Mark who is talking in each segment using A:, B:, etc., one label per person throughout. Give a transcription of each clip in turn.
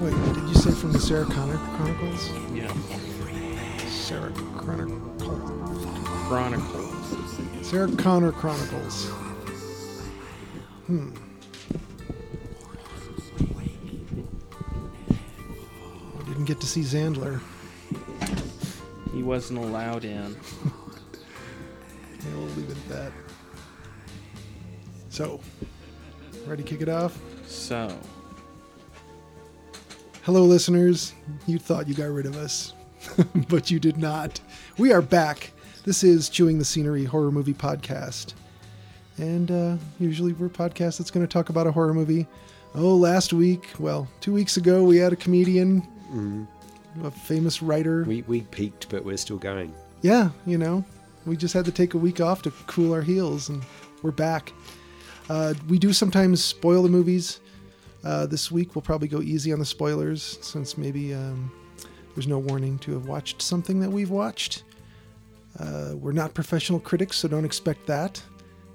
A: Wait, did you say from the Sarah Connor Chronicles?
B: Yeah.
A: Sarah Chronicle.
B: Chronicles.
A: Sarah Connor Chronicles. Hmm. I didn't get to see Zandler.
B: He wasn't allowed in.
A: Yeah, we'll leave it at that. So, ready to kick it off?
B: So,
A: Hello, listeners. You thought you got rid of us, but you did not. We are back. This is Chewing the Scenery Horror Movie Podcast. And uh, usually we're a podcast that's going to talk about a horror movie. Oh, last week, well, two weeks ago, we had a comedian, a famous writer.
C: We, we peaked, but we're still going.
A: yeah, you know, we just had to take a week off to cool our heels, and we're back. Uh, we do sometimes spoil the movies. Uh, this week we'll probably go easy on the spoilers since maybe um, there's no warning to have watched something that we've watched. Uh, we're not professional critics, so don't expect that.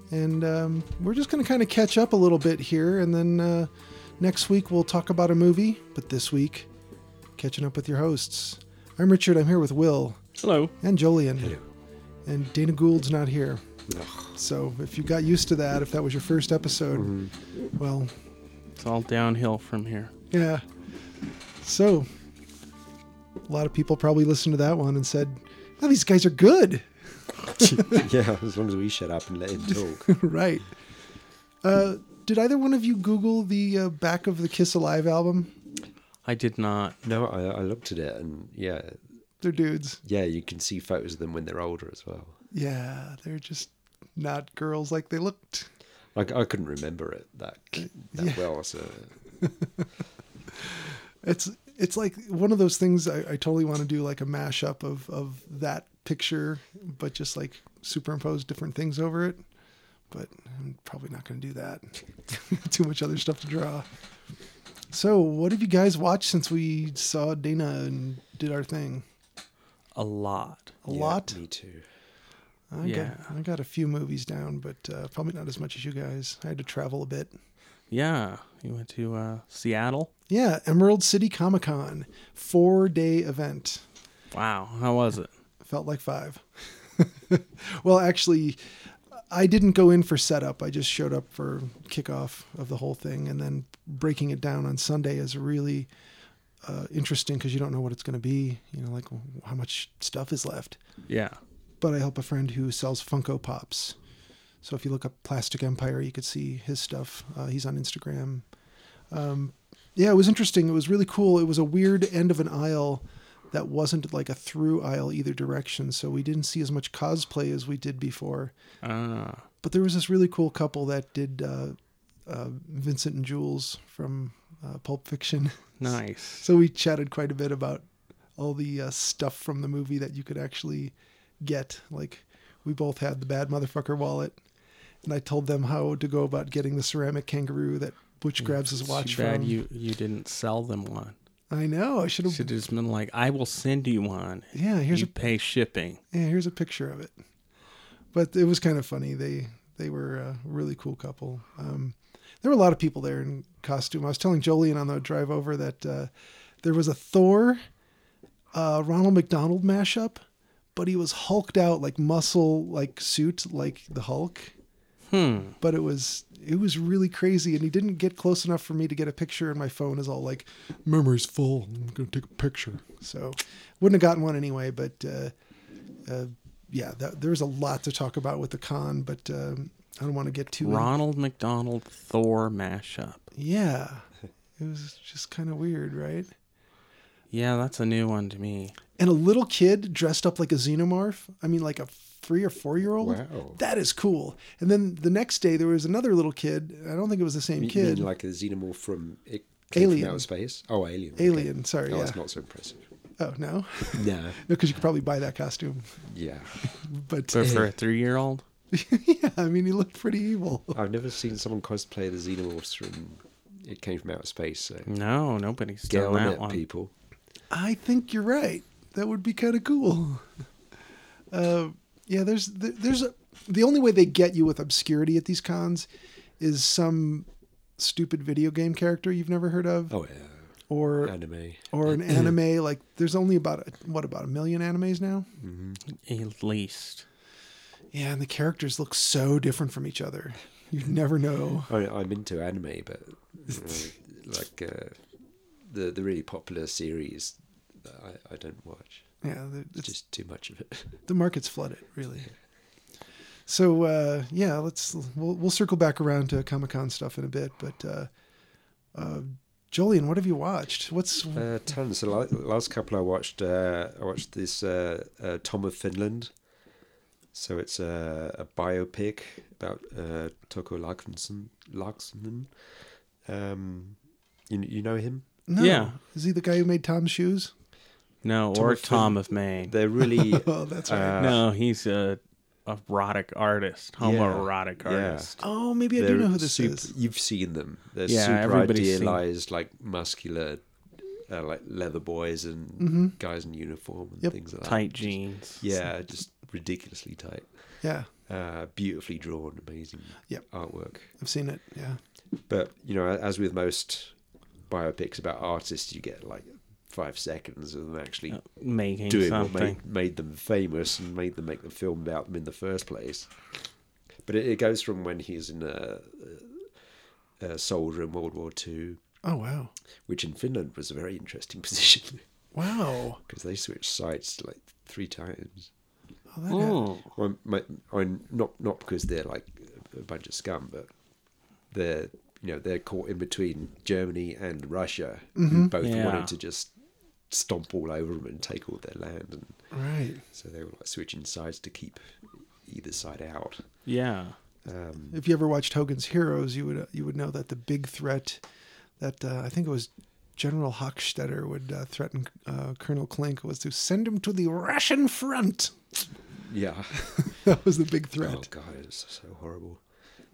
A: And um, we're just going to kind of catch up a little bit here, and then uh, next week we'll talk about a movie. But this week, catching up with your hosts. I'm Richard. I'm here with Will
B: hello.
A: and Jolien. And Dana Gould's not here. So if you got used to that, if that was your first episode, well,
B: It's all downhill from here.
A: yeah. So a lot of people probably listened to that one and said, oh, these guys are good.
C: yeah, as long as we shut up and let him talk.
A: right. Uh, did either one of you Google the uh, back of the Kiss Alive album?
B: I did not.
C: no, I, I looked at it and yeah,
A: They're dudes.
C: yeah, you can see photos of them when they're older as well.
A: Yeah, they're just not girls like they looked.
C: I, I couldn't remember it that, that
A: Yeah.
C: well, so
A: It's it's like one of those things I, I totally want to do like a mashup of of that picture, but just like superimpose different things over it. But I'm probably not going to do that. Too much other stuff to draw. So, what have you guys watched since we saw Dana and did our thing?
B: A lot.
A: A
C: yeah,
A: lot.
C: Me too.
A: I
B: Yeah.
A: got I got a few movies down, but uh, probably not as much as you guys. I had to travel a bit.
B: Yeah. You went to uh, Seattle?
A: Yeah, Emerald City Comic Con, four day event.
B: Wow. How was it?
A: felt like five. well, actually, I didn't go in for setup. I just showed up for kickoff of the whole thing, and then breaking it down on Sunday is really uh, interesting because you don't know what it's going to be. You know, like w- how much stuff is left.
B: Yeah.
A: But I help a friend who sells Funko Pops. So if you look up Plastic Empire, you could see his stuff. Uh, he's on Instagram. Um, yeah, it was interesting. It was really cool. It was a weird end of an aisle that wasn't like a through aisle either direction. So we didn't see as much cosplay as we did before.
B: Ah.
A: But there was this really cool couple that did uh, uh, Vincent and Jules from uh, Pulp Fiction.
B: nice.
A: So we chatted quite a bit about all the uh, stuff from the movie that you could actually get. Like, we both had the bad motherfucker wallet, and I told them how to go about getting the ceramic kangaroo that Butch grabs his watch
B: Too Mm. bad
A: from.
B: you, you didn't sell them one.
A: I know. I should have.
B: Should have just been like, I will send you one.
A: Yeah, here's
B: you
A: a
B: pay shipping.
A: yeah, here's a picture of it. But it was kind of funny. They they were a really cool couple. Um, there were a lot of people there in costume. I was telling Jolien on the drive over that uh, there was a Thor, uh, Ronald McDonald mashup, but he was hulked out like muscle like suit like the Hulk.
B: Hmm.
A: But it was it was really crazy, and he didn't get close enough for me to get a picture. And my phone is all like, "Memory's full. I'm gonna take a picture." So wouldn't have gotten one anyway. But uh, uh, yeah, that, there was a lot to talk about with the con, but um, I don't want to get too. in-
B: Ronald McDonald Thor mashup.
A: yeah, it was just kind of weird, right?
B: Yeah, that's a new one to me.
A: And a little kid dressed up like a xenomorph. I mean, like a three or four year old.
C: Wow.
A: That is cool. And then the next day, there was another little kid. I don't think it was the same
C: You
A: kid.
C: mean like a xenomorph from it came from
A: Alien.
C: outer space? Oh, alien. okay.
A: Alien, sorry,
C: Oh,
A: yeah.
C: that's not so impressive.
A: oh, no.
C: No.
A: No, because you could probably buy that costume.
C: Yeah.
A: But
B: But for a three-year-old,
A: yeah, I mean, he looked pretty evil.
C: I've never seen someone cosplay the xenomorphs from it came from outer space. So
B: no, nobody's
C: get
B: done
C: on
B: that
C: it,
B: one.
C: people.
A: I think you're right. That would be kind of cool. Uh, yeah, there's there- there's a, the only way they get you with obscurity at these cons is some stupid video game character you've never heard of,
C: Oh yeah.
A: or
C: Anime.
A: or an anime. Like there's only about a, what about a million animes now?
B: At least.
A: Yeah, and the characters look so different from each other. You never know.
C: I mean, I'm into anime, but uh, like uh, the the really popular series, I, I don't watch.
A: Yeah, the-
C: It's
A: it's,
C: just too much of it.
A: the market's flooded, really. So uh, yeah, let's we'll, we'll circle back around to Comic Con stuff in a bit, but uh, uh, Jolien, what have you watched? What's
C: Uh, tons. So la- last couple I watched, uh, I watched this uh, uh, Tom of Finland. So it's a, a biopic about uh, Toko Larkson. Larksonen. Um, you you know him?
A: no?
B: yeah.
A: Is he the guy who made Tom's shoes?
B: No,
C: Tom
B: or
C: of Fin-
B: Tom of Maine.
C: They're really
A: Oh, that's right.
C: Uh,
B: no, he's a erotic artist, homoerotic
C: yeah.
B: artist.
A: oh, maybe I do
C: they're
A: know who this
C: super-
A: is.
C: You've seen them. They're
B: Yeah,
C: super
B: everybody's seen-
C: idealized, like muscular, uh, like leather boys and guys in uniform and
A: Mm-hmm. Yep.
C: things like that.
B: Tight jeans.
C: Yeah, just ridiculously tight.
A: Yeah,
C: Uh, beautifully drawn, amazing
A: Yep.
C: artwork.
A: I've seen it. Yeah,
C: But you know, as with most biopics about artists, you get like five seconds of them actually
B: Making
C: doing
B: something.
C: what made, made them famous and made them make the film about them in the first place. But it, it goes from when he's in a, a soldier in World War Two,
A: Oh wow,
C: which in Finland was a very interesting position
A: wow.
C: because they switched sides like three times.
A: Oh, that
B: Oh,
C: Well, my, I not not because they're like a bunch of scum, but they're you know they're caught in between Germany and Russia, who both
B: Yeah.
C: wanted to just stomp all over them and take all their land, and
A: right.
C: so they were like switching sides to keep either side out.
B: yeah.
C: Um,
A: If you ever watched Hogan's Heroes, you would uh, you would know that the big threat that uh, I think it was General Hochstetter would uh, threaten uh, Colonel Klink was to send him to the Russian front.
C: yeah.
A: That was the big
C: Oh
A: threat.
C: god, it's so horrible.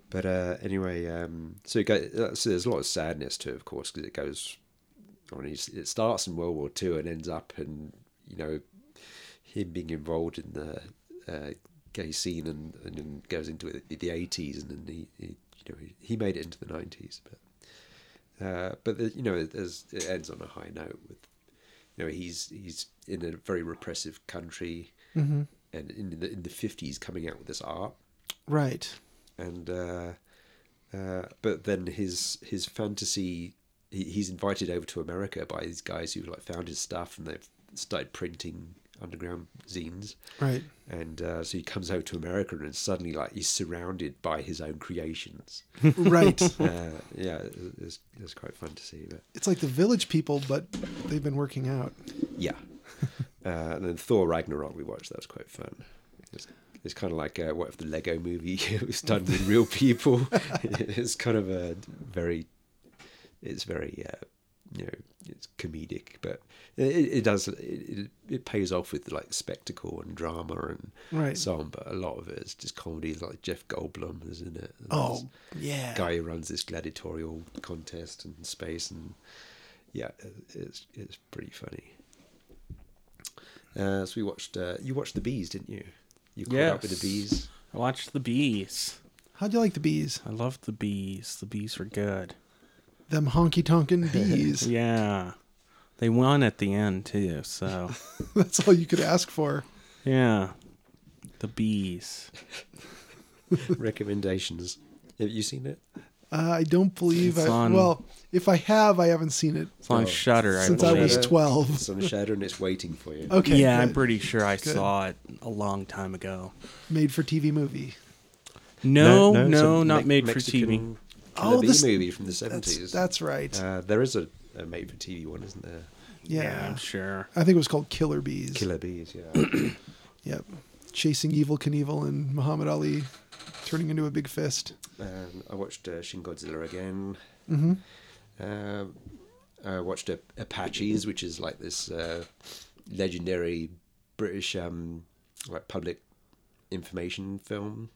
C: But uh, anyway, um, so, it go, so there's a lot of sadness to it, of course, because it goes. I mean, it's- it starts in World War Two and ends up in you know him being involved in the uh, gay scene and and then goes into it in the eighties and then he, he you know he, he made it into the nineties, but uh, but the, you know there's, it ends on a high note with you know he's he's in a very repressive country and in the in the fifties coming out with this art
A: Right.
C: and uh, uh, but then his his fantasy he, he's invited over to America by these guys who like found his stuff and they've started printing underground zines
A: Right.
C: and uh, so he comes over to America and suddenly like he's surrounded by his own creations
A: Right.
C: uh, yeah it's, it's quite fun to see but
A: it's like the village people, but they've been working out.
C: Yeah. uh, and then Thor Ragnarok we watched. That was quite fun. It's, it's kind of like uh, what if the Lego movie was done with real people? it's kind of a very, it's very, uh, you know, it's comedic, but it, it does, it, it, it pays off with like spectacle and drama and
A: Right.
C: so on, but a lot of it is just comedy, like Jeff Goldblum is in it. and there's-
A: Oh yeah.
C: guy who runs this gladiatorial contest in space, and yeah, it's it's pretty funny. Uh, so we watched. Uh, you watched the bees, didn't you? You caught up with
B: Yes.
C: the bees.
B: I watched the bees.
A: How'd you like the bees?
B: I loved the bees. The bees were good.
A: Them honky tonkin' bees.
B: Yeah. They won at the end too, so
A: That's all you could ask for.
B: yeah. The bees.
C: Recommendations. Have you seen it?
A: Uh, I don't believe
B: It's
A: I.
B: on-
A: well, if I have, I haven't seen it
B: It's on
C: Oh,
B: Shutter, I
A: since I
B: believe.
A: was twelve. Oh,
C: It's on Shadow and it's waiting for you.
A: Okay.
B: yeah, I'm
A: good.
B: pretty sure I
A: Good.
B: saw it a long time ago.
A: made for TV movie.
B: No, no,
C: it's a
B: not
C: Me-
B: made for TV.
C: Mexican
A: Oh,
C: Killer Bee
A: this-
C: movie from the
A: That's
C: seventies.
A: that's right.
C: Uh, there is a, a made for TV one, isn't there?
A: Yeah.
B: I'm sure.
A: I think it was called Killer Bees.
C: Killer bees, yeah.
A: Yep. Chasing Evil Knievel and Muhammad Ali turning into a big fist.
C: um, I watched uh, Shin Godzilla again.
B: Mm-hmm.
A: hmm
C: Um, I watched a- Apaches, which is like this uh, legendary British um, like public information film.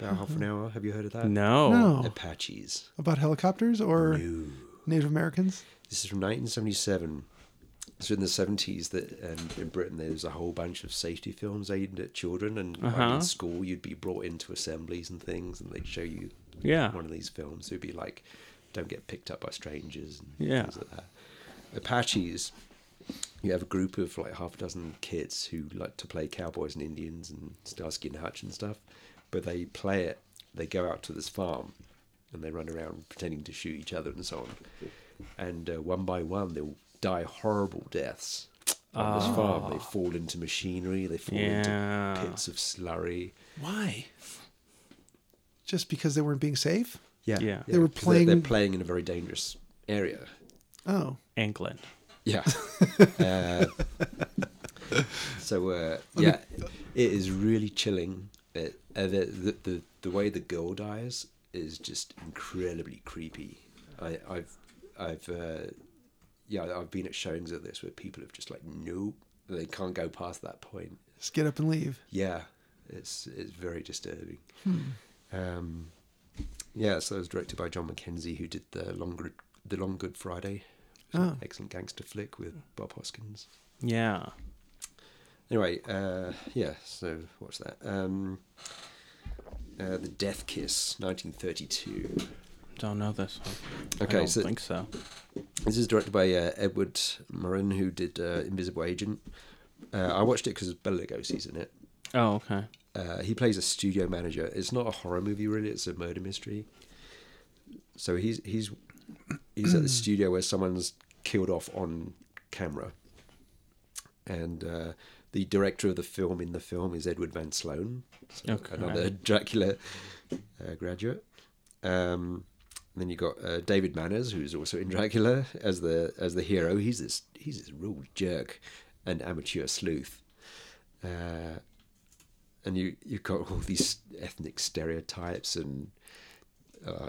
C: About half an hour. Have you heard of that?
B: Mm-hmm. No.
A: Uh, No.
C: Apaches.
A: About helicopters or Native Americans?
C: This is from 1977. So in the 70s, that um, in Britain there was a whole bunch of safety films aimed at children, and like,
B: Uh-huh.
C: in school you'd be brought into assemblies and things, and they'd show you
B: Yeah.
C: one of these films. It'd be like, "Don't get picked up by strangers," and
B: Yeah.
C: things like that. Apaches. You have a group of like half a dozen kids who like to play cowboys and Indians and Starsky and Hutch and stuff, but they play it. They go out to this farm, and they run around pretending to shoot each other and so on. And uh, one by one, they'll die horrible deaths on this farm. They fall into machinery. They fall
B: Ah. Yeah.
C: into pits of slurry.
A: Why? Just because they weren't being safe?
C: Yeah,
B: Yeah.
A: They were
C: 'cause they're- They're
A: playing-
C: playing in a very dangerous area.
A: Oh.
B: England.
C: Yeah. uh, so uh, yeah, it is really chilling. It, uh, the, the the the way the girl dies is just incredibly creepy. I, I've I've uh, yeah I've been at showings of this where people have just like nope they can't go past that point.
A: Just get up and leave.
C: Yeah, it's it's very disturbing. Um, yeah, so it was directed by John McKenzie, who did the Long Good, the Long Good Friday, which is an
A: Oh.
C: excellent gangster flick with Bob Hoskins.
B: Yeah.
C: Anyway, uh, yeah, so what's that? Um, uh, the Death Kiss, 1932.
B: Don't know this one.
C: Okay,
B: I don't
C: so-
B: think so.
C: This is directed by uh, Edward Morin, who did uh, Invisible Agent. Uh, I watched it because Bela Lugosi's in it.
B: Oh, okay.
C: Uh, he plays a studio manager. It's not a horror movie, really. It's a murder mystery. So he's he's he's at the studio where someone's killed off on camera, and uh, the director of the film in the film is Edward Van Sloan, so
B: Okay.
C: another Dracula uh, graduate. Um, and then you got uh, David Manners, who's also in Dracula as the as the hero. He's this he's this real jerk and amateur sleuth. Uh, and you you've got all these ethnic stereotypes and uh,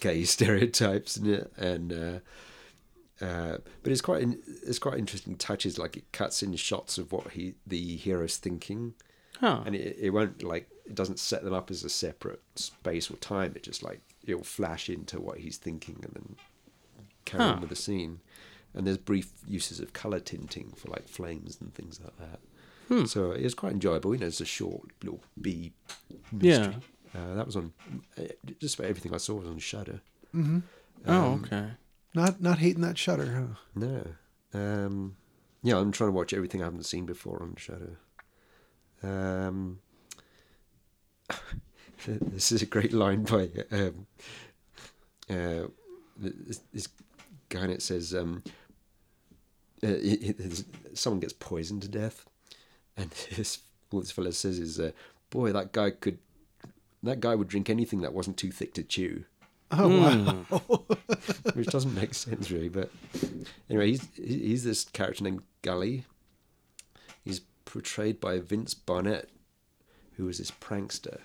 C: gay stereotypes and it and uh, uh, but it's quite in, it's quite interesting touches like it cuts in shots of what he the hero's thinking
B: Huh.
C: and it, it won't like it doesn't set them up as a separate space or time it just like it'll flash into what he's thinking and then carry
B: Huh.
C: on with the scene and there's brief uses of color tinting for like flames and things like that so it was quite enjoyable you know it's a short little b mystery. uh, that was on uh, just about everything i saw was on shudder
B: oh,
A: Um,
B: okay.
A: Mm-hmm. Not not hating that shutter, huh?
C: No. Um, yeah, I'm trying to watch everything I haven't seen before on Shadow. Um, this is a great line by um, uh, this, this guy, and it says um, uh, it- it- there's- someone gets poisoned to death, and this all this fella says is, uh, "Boy, that guy could." That guy would drink anything that wasn't too thick to chew
A: Oh wow.
C: which doesn't make sense really. But anyway, he's he's this character named Gully. He's portrayed by Vince Barnett, who was this prankster,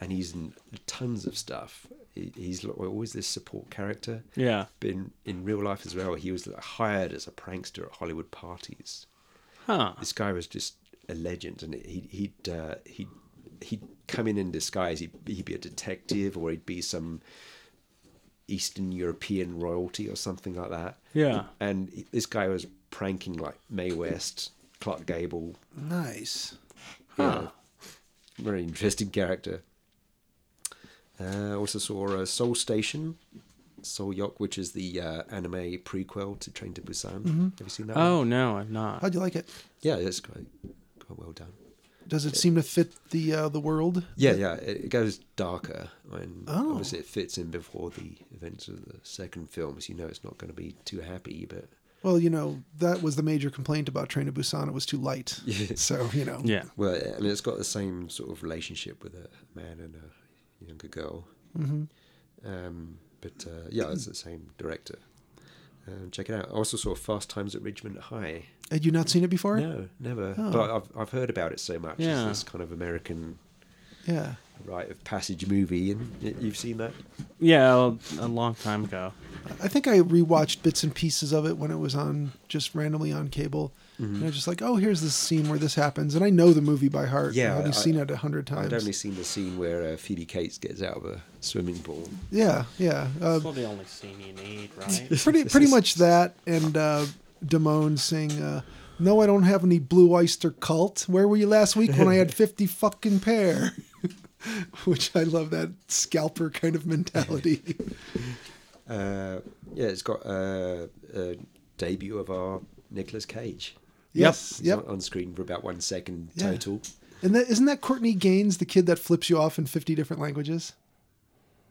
C: and he's in tons of stuff. He, he's lo- always this support character.
B: Yeah.
C: But in, in real life as well, he was hired as a prankster at Hollywood parties
B: Huh.
C: this guy was just a legend, and he he'd uh, he he'd come in in disguise. He'd, he'd be a detective, or he'd be some Eastern European royalty, or something like that.
B: Yeah.
C: And he- this guy was pranking like May West, Clark Gable,
A: nice.
B: Huh.
C: very interesting character. Uh, also saw uh, Soul Station, Soul Yok, which is the uh, anime prequel to Train to Busan. Have you seen that? one?
B: Oh no, I've not.
A: How'd you like it?
C: yeah, it's quite quite well done.
A: Does it seem to fit the uh, the world?
C: Yeah, yeah, it, it goes darker, and
A: Oh.
C: obviously it fits in before the events of the second film, so you know it's not going to be too happy. But
A: Well, you know that was the major complaint about Train to Busan. It was too light. So you know.
B: Yeah.
C: well, and it's got the same sort of relationship with a man and a younger girl. Mm-hmm. Um, but uh, yeah, it's the same director. Um, check it out. I also saw Fast Times at Ridgemont High.
A: Had you not seen it before?
C: No, never. But I've, I've heard about it so much.
B: Yeah.
C: It's this kind of American
A: Yeah.
C: rite of passage movie. And y- you've seen that?
B: Yeah, a long time ago.
A: I think I rewatched bits and pieces of it when it was on just randomly on cable.
C: Mm-hmm.
A: And I was just like, oh, here's this scene where this happens, and I know the movie by heart.
C: Yeah,
A: I've already
C: I-
A: seen it a hundred times.
C: I'd only seen the scene where uh, Phoebe Cates gets out of a swimming pool.
A: Yeah, yeah. Uh,
B: That's probably the only scene you need, right?
A: pretty pretty much that, and uh, Damone saying, uh, "No, I don't have any Blue Oyster Cult. Where were you last week when I had fifty fucking pair?" Which I love that scalper kind of mentality.
C: Uh, yeah, it's got uh, a debut of our Nicolas Cage.
A: yes,
C: He's
A: yep.
C: on- on screen for about one second
A: Yeah.
C: total.
A: And that isn't that Courtney Gaines, the kid that flips you off in fifty different languages.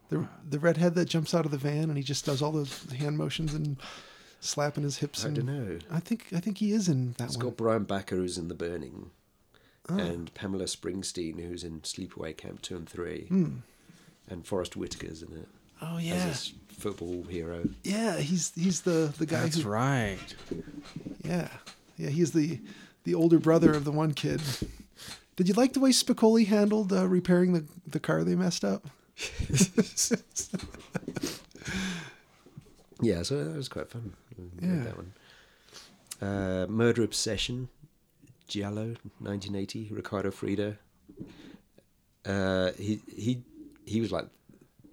A: The the redhead that jumps out of the van and he just does all those hand motions and slapping his hips.
C: I
A: and,
C: don't know.
A: I think I think he is in that
C: It's
A: one. Ah.
C: got Brian Backer who's in The Burning, and Pamela Springsteen who's in Sleepaway Camp two and three, and Forrest Whitaker's in it
A: Oh
C: as
A: Hmm. yeah,
C: his football hero.
A: yeah. He's he's the the guy
B: That's
A: who
B: right.
A: Yeah, yeah. He's the the older brother of the one kid. Did you like the way Spicoli handled uh, repairing the the car they messed up?
C: Yeah, so that was quite fun. Mm, I
A: Yeah.
C: yeah. that one. Uh, Murder Obsession, Giallo, 1980, Ricardo Frida. Uh, he he he was like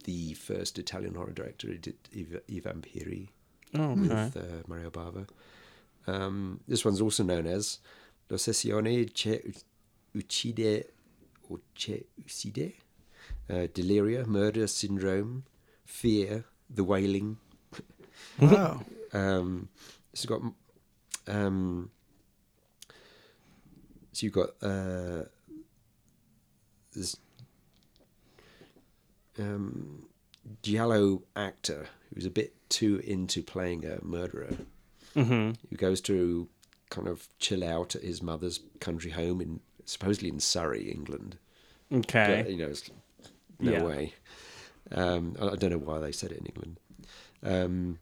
C: the first Italian horror director. He did I, I Vampiri
B: Oh,
A: Hmm.
C: with
B: okay.
C: uh, Mario Bava. Um, this one's also known as La Sessione Che Uccide or Che Uccide, uh, Deliria, Murder Syndrome, Fear, The Wailing.
A: Wow.
C: Um, so you've got, um, so you've got uh, this um, giallo actor who's a bit too into playing a murderer,
B: Mm-hmm.
C: who goes to kind of chill out at his mother's country home in supposedly in Surrey, England.
B: Okay.
C: But, you know, it's no
B: Yeah.
C: way. Um, I I don't know why they said it in England. Um,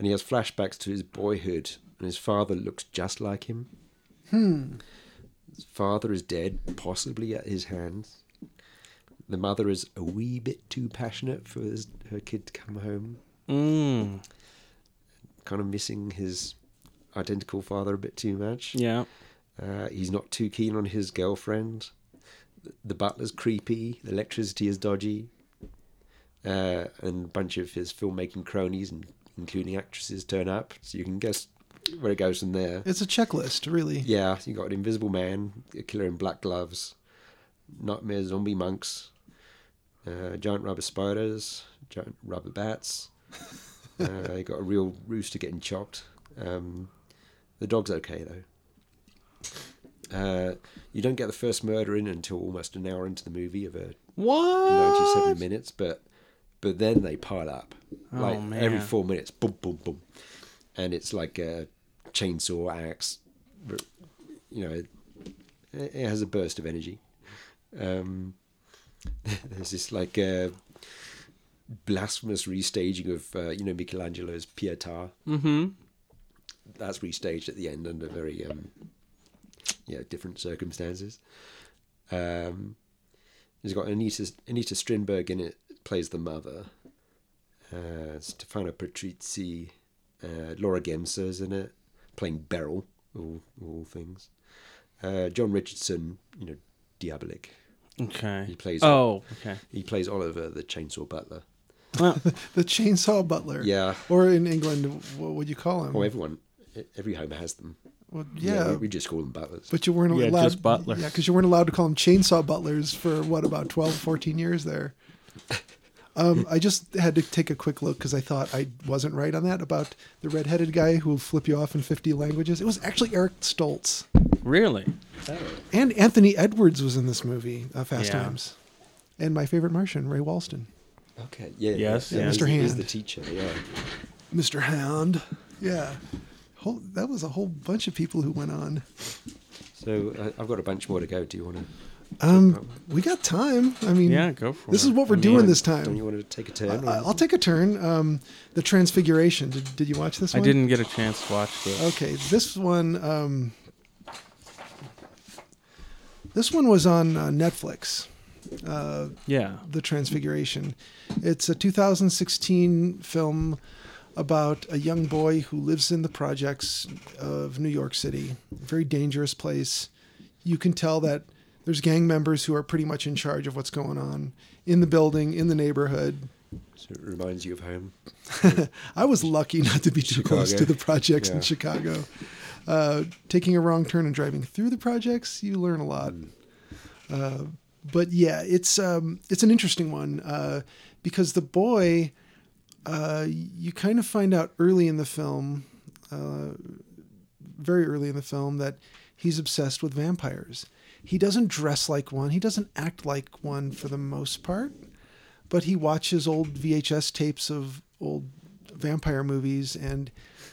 C: and he has flashbacks to his boyhood, and his father looks just like him.
B: Hmm.
C: His father is dead, possibly at his hands. The mother is a wee bit too passionate for his, her kid to come home,
B: Mm.
C: kind of missing his identical father a bit too much.
B: Yeah.
C: Uh, he's not too keen on his girlfriend. The- The butler's creepy. The electricity is dodgy. Uh, and a bunch of his filmmaking cronies, and including actresses, turn up. So you can guess where it goes from there.
A: It's a checklist, really.
C: Yeah, you got an invisible man, a killer in black gloves, nightmare zombie monks, uh, giant rubber spiders, giant rubber bats. uh, you got a real rooster getting chopped. Um, the dog's okay though. Uh, you don't get the first murder in until almost an hour into the movie of a
B: What?
C: 97 minutes, but but then they pile up.
B: Oh,
C: Like every
B: man.
C: four minutes, boom, boom, boom. And it's like a chainsaw axe. but, You know, it, it has a burst of energy. Um, there's this like uh, blasphemous restaging of, uh, you know, Michelangelo's Pietà.
B: Mm-hmm.
C: That's restaged at the end under very, um, yeah, different circumstances. Um, He's got Anita Anita Strindberg in it plays the mother. Uh, Stefano Patrizzi, uh, Laura Gemser is in it playing Beryl, of all, of all things. Uh, John Richardson, you know, Diabolik.
B: Okay.
C: He plays-
B: Oh, okay.
C: He plays Oliver, the chainsaw butler.
B: Well,
A: The chainsaw butler.
C: Yeah.
A: Or in England, what would you call him?
C: Oh, everyone, every home has them.
A: Well, yeah.
C: we, we just call them butlers.
A: But you weren't
B: Yeah,
A: allowed.
B: just butler.
A: Yeah, because you weren't allowed to call them chainsaw butlers for what about 12, 14 years there. Um, I just had to take a quick look because I thought I wasn't right on that about the redheaded guy who will flip you off in fifty languages. It was actually Eric Stoltz
B: really?
A: and Anthony Edwards was in this movie, uh, Fast
B: Yeah.
A: Times, and my favorite Martian, Ray Walston,
C: okay, yeah,
B: Yes, yeah.
C: he's
A: Mr.
C: the- He's the
A: Hand.
C: teacher. Yeah,
A: Mr. Hound. Yeah, whole, that was a whole bunch of people who went on.
C: uh, so I, I've got a bunch more to go. Do you want to?
A: Um, we got time. I mean,
B: Yeah, go for
A: Hmm. this
B: it.
A: is what we're
B: I
A: doing
B: mean,
A: this
C: Don't
A: time.
C: you want to take a turn?
A: I, I'll take a turn. Um, the Transfiguration. Did, did you watch this
B: I
A: one?
B: didn't get a chance to watch this.
A: Okay, this one. Um, this one was on uh, Netflix.
B: Yeah.
A: The Transfiguration. It's a 2016 film about a young boy who lives in the projects of New York City. Very dangerous place. You can tell that there's gang members who are pretty much in charge of what's going on in the building, in the neighborhood.
C: So it reminds you of home.
A: I was lucky not to be too close to
C: Chicago.
A: the projects
C: Yeah.
A: in Chicago. Uh, taking a wrong turn and driving through the projects, you learn a lot.
C: Mm.
A: Uh, but yeah, it's um, it's an interesting one uh, because the boy, uh, you kind of find out early in the film, uh, very early in the film, that he's obsessed with vampires. He doesn't dress like one. He doesn't act like one for the most part but he watches old VHS tapes of old vampire movies and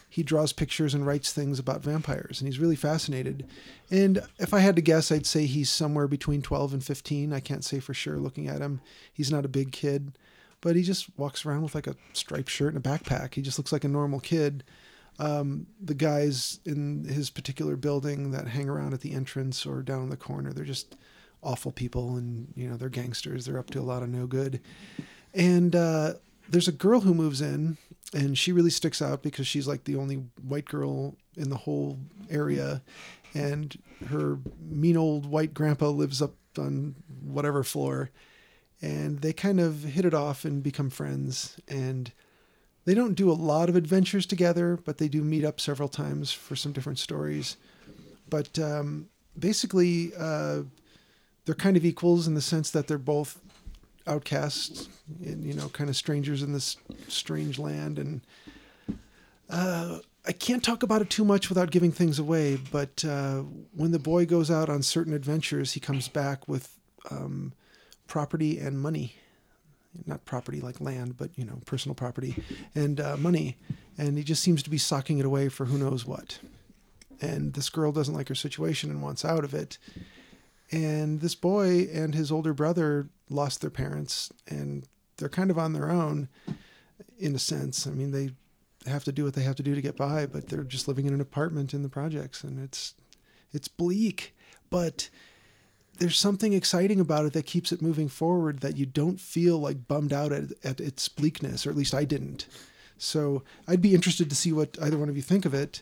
A: he draws pictures and writes things about vampires and he's really fascinated. And if I had to guess, I'd say he's somewhere between 12 and 15. I can't say for sure looking at him. He's not a big kid, but he just walks around with like a striped shirt and a backpack. He just looks like a normal kid. Um, the guys in his particular building that hang around at the entrance or down in the corner, they're just awful people and you know they're gangsters they're up to a lot of no good and uh, there's a girl who moves in and she really sticks out because she's like the only white girl in the whole area and her mean old white grandpa lives up on whatever floor and they kind of hit it off and become friends and they don't do a lot of adventures together but they do meet up several times for some different stories but um, basically uh, they're kind of equals in the sense that they're both outcasts and you know kind of strangers in this strange land and uh, I can't talk about it too much without giving things away, but uh, when the boy goes out on certain adventures, he comes back with um, property and money. Not property like land, but you know, personal property and uh, money. And he just seems to be socking it away for who knows what. And this girl doesn't like her situation and wants out of it. And this boy and his older brother lost their parents, and they're kind of on their own in a sense. I mean, they have to do what they have to do to get by, but they're just living in an apartment in the projects, and it's it's bleak, but there's something exciting about it that keeps it moving forward that you don't feel like bummed out at, at its bleakness, or at least I didn't. So I'd be interested to see what either one of you think of it.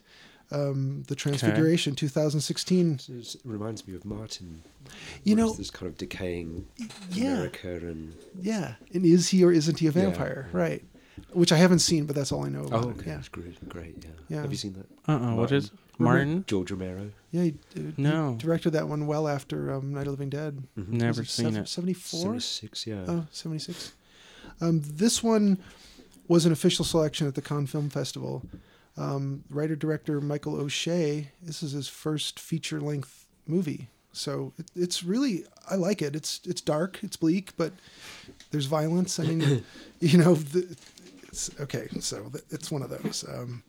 A: Um, the Transfiguration, 2016.
C: So it's- it reminds me of Martin.
A: You
C: whereas
A: know-
C: this kind of decaying
A: Yeah.
C: America and
A: Yeah, and is he or isn't he a vampire? Right. Which I haven't seen, but that's all I know. About
C: oh,
A: it.
C: okay,
A: Yeah,
C: that's great, great, yeah.
A: Yeah.
C: Have you seen that?
B: Uh uh What is Martin?
C: George Romero.
A: yeah. He, uh,
B: No.
A: he directed that one well after um, Night of the Living Dead.
B: Hmm. Never seen it.
A: Seventy four.
C: 76, yeah.
A: Oh, 76. Um, this one was an official selection at the Cannes Film Festival. Um, Writer director Michael O'Shea, this is his first feature length movie. So it, it's really, I like it. It's it's dark, it's bleak, but there's violence. I mean, you know, the, it's okay. So th- it's one of those. Um,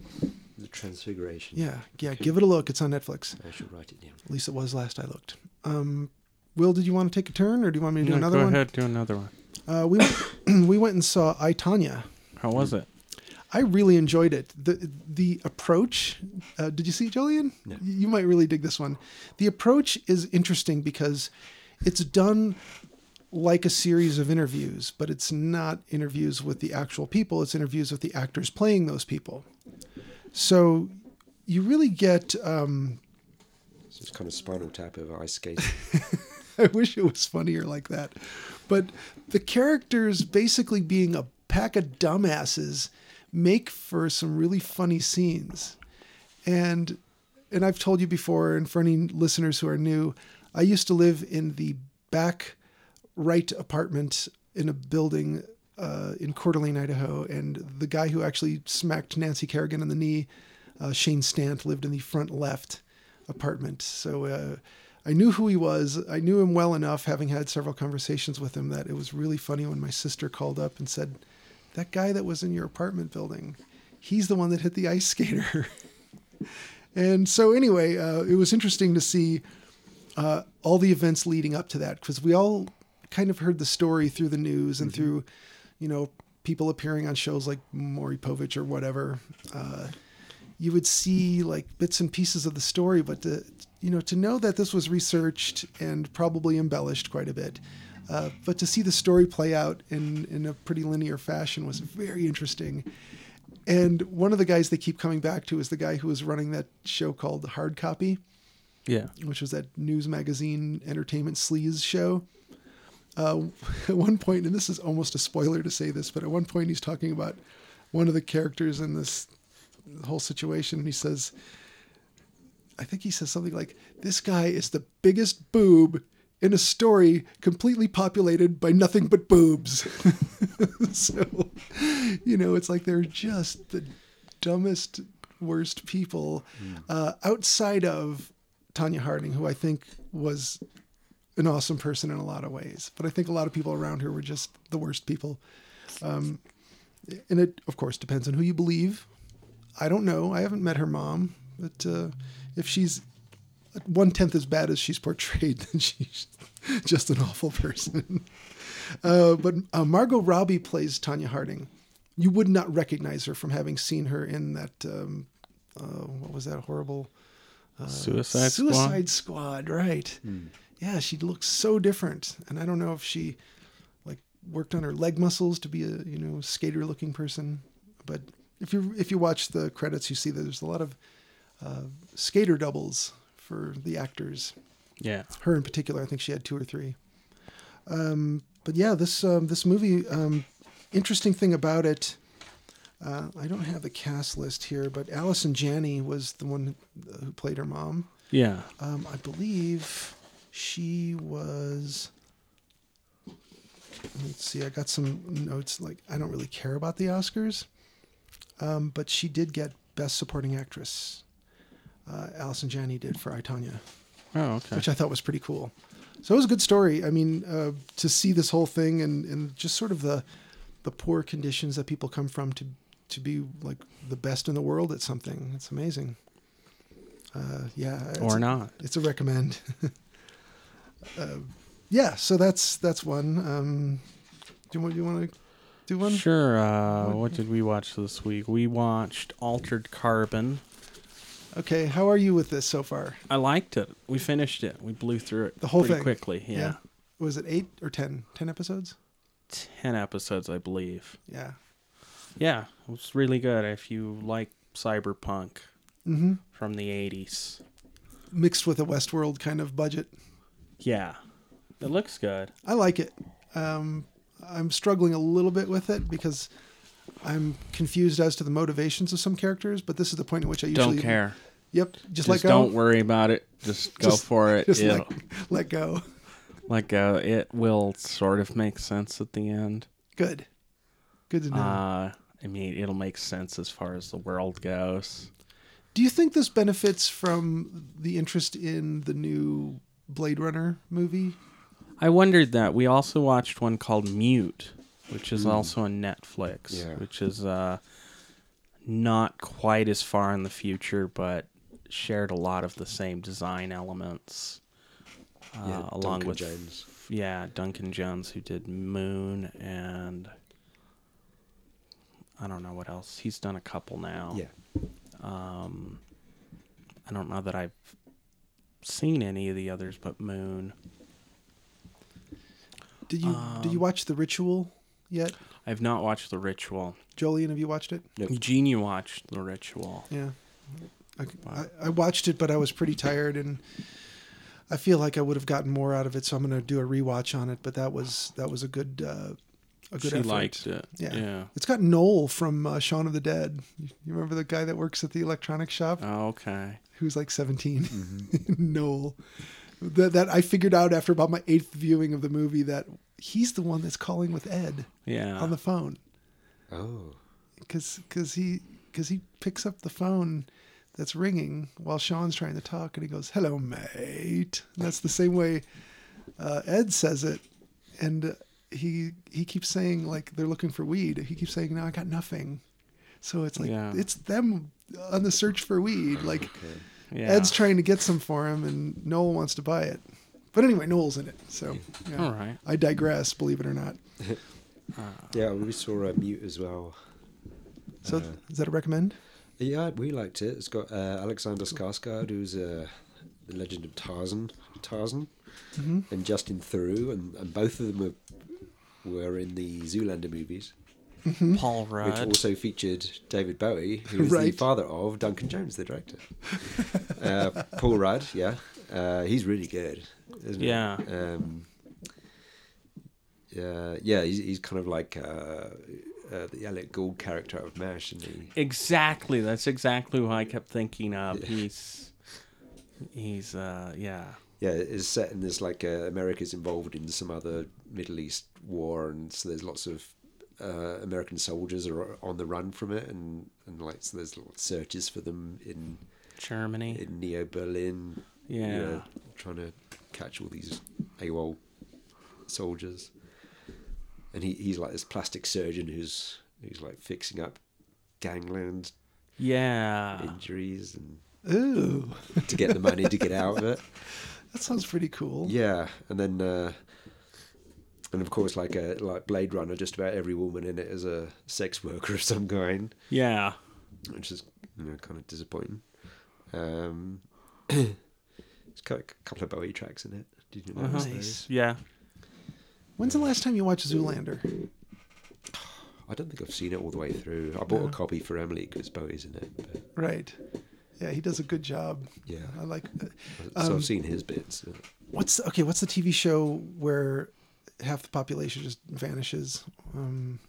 C: The Transfiguration.
A: yeah, yeah. Give it a look. It's on Netflix.
C: I should write it down.
A: At least it was last I looked. Um, Will, did you want to take a turn, or do you want me to do
B: No,
A: another
B: go
A: one?
B: ahead, do another one.
A: Uh, we went, we went and saw I Tanya.
B: How was it?
A: I really enjoyed it. the The approach. Uh, did you see it, Jolien?
C: No.
A: You might really dig this one. The approach is interesting because it's done like a series of interviews, but it's not interviews with the actual people. It's interviews with the actors playing those people. So you really get. Um,
C: So it's kind of Spinal Tap of ice skating.
A: I wish it was funnier like that. But the characters basically being a pack of dumbasses make for some really funny scenes. And and I've told you before, and for any listeners who are new, I used to live in the back right apartment in a building uh, in Coeur d'Alene, Idaho. And the guy who actually smacked Nancy Kerrigan in the knee, uh, Shane Stant, lived in the front left apartment. So uh, I knew who he was. I knew him well enough, having had several conversations with him, that it was really funny when my sister called up and said, That guy that was in your apartment building, he's the one that hit the ice skater. and so, anyway, uh, it was interesting to see uh, all the events leading up to that because we all kind of heard the story through the news and through, you know, people appearing on shows like Maury Povich or whatever. Uh, you would see like bits and pieces of the story, but to, you know, to know that this was researched and probably embellished quite a bit. Uh, but to see the story play out in, in a pretty linear fashion was very interesting. And one of the guys they keep coming back to is the guy who was running that show called Hard Copy
B: Yeah.
A: which was that news magazine entertainment sleaze show. Uh, at one point, and this is almost a spoiler to say this, but at one point he's talking about one of the characters in this whole situation, and he says, I think he says something like, "This guy is the biggest boob." In a story completely populated by nothing but boobs. so, you know, it's like they're just the dumbest, worst people uh, outside of Tanya Harding, who I think was an awesome person in a lot of ways. But I think a lot of people around her were just the worst people. Um, and it, of course, depends on who you believe. I don't know. I haven't met her mom, but uh, if she's one tenth as bad as she's portrayed, then she's just an awful person. Uh, but uh, Margot Robbie plays Tanya Harding. You would not recognize her from having seen her in that. Um, uh, what was that horrible?
B: Suicide,
A: Uh, Suicide Squad, right? Yeah, she looks so different, and I don't know if she like worked on her leg muscles to be a you know skater-looking person. But if you if you watch the credits, you see that there's a lot of uh, skater doubles for the actors.
B: Squad. Yeah.
A: Her in particular, I think she had two or three. Um, but yeah, this um, this movie. Um, interesting thing about it. Uh, I don't have the cast list here, but Allison Janney was the one who played her mom.
B: Yeah.
A: Um, I believe she was. Let's see. I got some notes. Like I don't really care about the Oscars, um, but she did get Best Supporting Actress. Uh, Allison Janney did for I Tonya,
B: Oh, okay.
A: which I thought was pretty cool. So it was a good story. I mean, uh, to see this whole thing and, and just sort of the the poor conditions that people come from to to be like the best in the world at something. It's amazing. Uh, yeah. it's
B: or
A: a-
B: not.
A: it's a recommend. uh, yeah, so that's that's one. Um, do you want do you want to do one?
B: Sure. Uh, what did we watch this week? We watched Altered Carbon.
A: Okay, how are you with this so far?
B: I liked it. We finished it. We blew through it
A: The whole
B: pretty
A: thing?
B: quickly. Yeah.
A: Was it eight or ten? Ten episodes?
B: Ten episodes, I believe.
A: Yeah.
B: Yeah, it was really good. If you like cyberpunk
A: Mm-hmm.
B: from the '80s,
A: Mixed with a Westworld kind of budget.
B: yeah, it looks good.
A: I like it. Um, I'm struggling a little bit with it because I'm confused as to the motivations of some characters, but this is the point at which I usually
B: Don't care.
A: Yep, just,
B: Just
A: let go.
B: don't worry about it. Just go
A: Just-
B: for it.
A: Just
B: It'll-
A: let, let go.
B: Like uh, it will sort of make sense at the end.
A: Good. Good to know.
B: Uh, I mean, it'll make sense as far as the world goes.
A: Do you think this benefits from the interest in the new Blade Runner movie?
B: I wondered that. We also watched one called Mute, which is also on Netflix,
C: Yeah.
B: which is uh, not quite as far in the future, but shared a lot of the same design elements. Uh,
C: Yeah,
B: along
C: Duncan
B: with
C: Jones.
B: yeah, Duncan Jones who did Moon and I don't know what else. He's done a couple now.
C: Yeah.
B: Um, I don't know that I've seen any of the others, but Moon.
A: Did you did
B: Um,
A: you watch The Ritual yet?
B: I've not watched The Ritual.
A: Jolene, have you watched it?
B: Eugene, you watched The Ritual.
A: Yeah. I, I, I watched it, but I was pretty tired, and I feel like I would have gotten more out of it. So I'm going to do a rewatch on it. But that was that was a good uh, a good
B: She
A: effort.
B: liked it.
A: Yeah.
B: yeah.
A: It's got Noel from uh, Shaun of the Dead. You remember the guy that works at the electronics shop?
B: Oh, okay.
A: who's like 17 noel that, that i figured out after about my eighth viewing of the movie that he's the one that's calling with ed
B: Yeah.
A: on the phone
C: Oh.
A: because he because he picks up the phone that's ringing while sean's trying to talk and he goes hello mate and that's the same way uh, ed says it and uh, he he keeps saying like they're looking for weed he keeps saying no i got nothing so it's like
B: Yeah.
A: it's them on the search for weed like
C: Okay.
B: Yeah.
A: Ed's trying to get some for him, and Noel wants to buy it. But anyway, Noel's in it, so yeah.
B: Hmm. All right.
A: I digress. Believe it or not.
C: Yeah, we saw a mute as well.
A: So is that a recommend?
C: Yeah, we liked it. It's got uh, Alexander Skarsgård, who's uh, the legend of Tarzan, Tarzan, and Justin Theroux, and, and both of them were were in the Zoolander movies,
A: Hmm?
B: Paul Rudd.
C: which also featured David Bowie, who was the
A: Right.
C: father of Duncan Jones, the director. uh, Paul Rudd, yeah, uh, he's really good, isn't he?
B: Yeah.
C: Um, yeah, yeah, he's, he's kind of like uh, uh, the Alec Gould character of Mash, isn't he?
B: Exactly. That's exactly who I kept thinking of.
C: Yeah.
B: He's he's uh yeah.
C: yeah, it's set in this like uh, America's involved in some other Middle East war, and so there's lots of uh, American soldiers are on the run from it, and and like so there's little searches for them in
B: Germany.
C: in Neo Berlin, you
B: Yeah.
C: know, trying to catch all these AWOL soldiers, and he, he's like this plastic surgeon who's who's like fixing up gangland
B: Yeah.
C: injuries and
A: Ooh,
C: to get the money to get out of it.
A: that sounds pretty cool.
C: Yeah, and then uh, and of course, like a like Blade Runner, just about every woman in it is a sex worker of some kind,
B: Yeah.
C: which is you know, kind of disappointing. Um, it's got a couple of Bowie tracks in it. Did you
B: Uh-huh.
C: notice those?
B: Yeah.
A: When's the last time you watched Zoolander?
C: I don't think I've seen it all the way through. I bought a copy for Emily because Bowie's in it. But
A: Right. Yeah, he does a good job.
C: Yeah.
A: I like.
C: so
A: Um,
C: I've seen his bits.
A: What's okay? What's the TV show where half the population just vanishes? Um,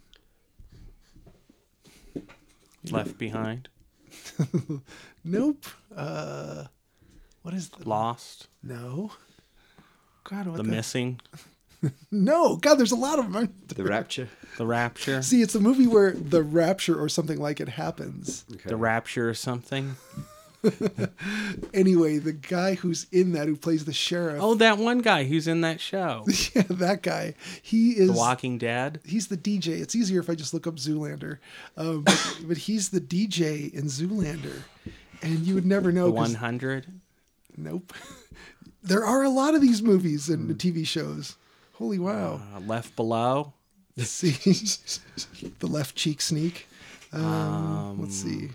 B: Left behind.
A: nope. Uh, what is the
B: Lost.
A: no? God, what
B: The
A: the,
B: missing.
A: No, God, there's a lot of them. aren't there?
C: The Rapture.
B: The rapture.
A: See, it's a movie where the rapture or something like it happens.
C: Okay.
B: The rapture or something.
A: Anyway, the guy who's in that, who plays the sheriff,
B: Oh, that one guy who's in that show.
A: yeah, that guy. He is
B: The Walking Dead.
A: he's the DJ. It's easier if I just look up Zoolander, um, but, but he's the DJ in Zoolander, and you would never know.
B: The
A: 'cause-
B: 100.
A: Nope. there are a lot of these movies and
B: Hmm.
A: TV shows. Holy wow!
B: Uh, left below.
A: See, the left cheek sneak. Um, let's see.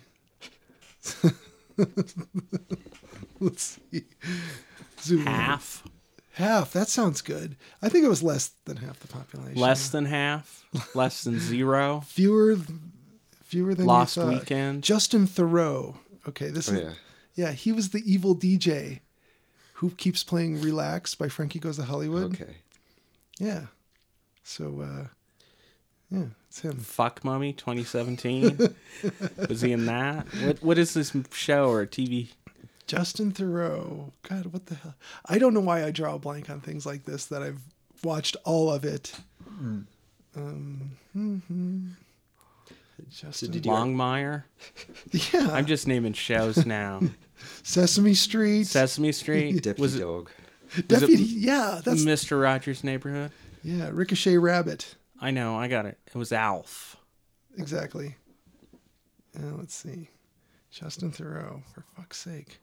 B: Um,
A: let's see. Zoolander.
B: Half.
A: Half. That sounds good. I think it was less than half the population.
B: Less than half. Less than zero.
A: fewer fewer than you
B: Lost
A: thought.
B: Weekend.
A: Justin Thoreau. Okay, this
C: Oh,
A: is
C: yeah.
A: yeah. He was the evil DJ who keeps playing "Relax" by Frankie Goes to Hollywood.
C: Okay.
A: Yeah. So uh yeah, it's him.
B: Fuck Mummy 2017. Was he in that? What What is this show or TV?
A: Justin Thoreau. God, what the hell? I don't know why I draw a blank on things like this that I've watched all of it. Um, hmm Justin,
C: did you-
B: Longmire?
A: yeah,
B: I'm just naming shows now.
A: Sesame Street,
B: Sesame Street.
C: Deputy
B: Was it
C: Dog.
B: was it-
A: Deputy. yeah, that's
B: Mr. Rogers' Neighborhood?
A: yeah, Ricochet Rabbit.
B: I know, I got it. It was Alf.
A: Exactly. Uh, let's see. Justin Thoreau, for fuck's sake.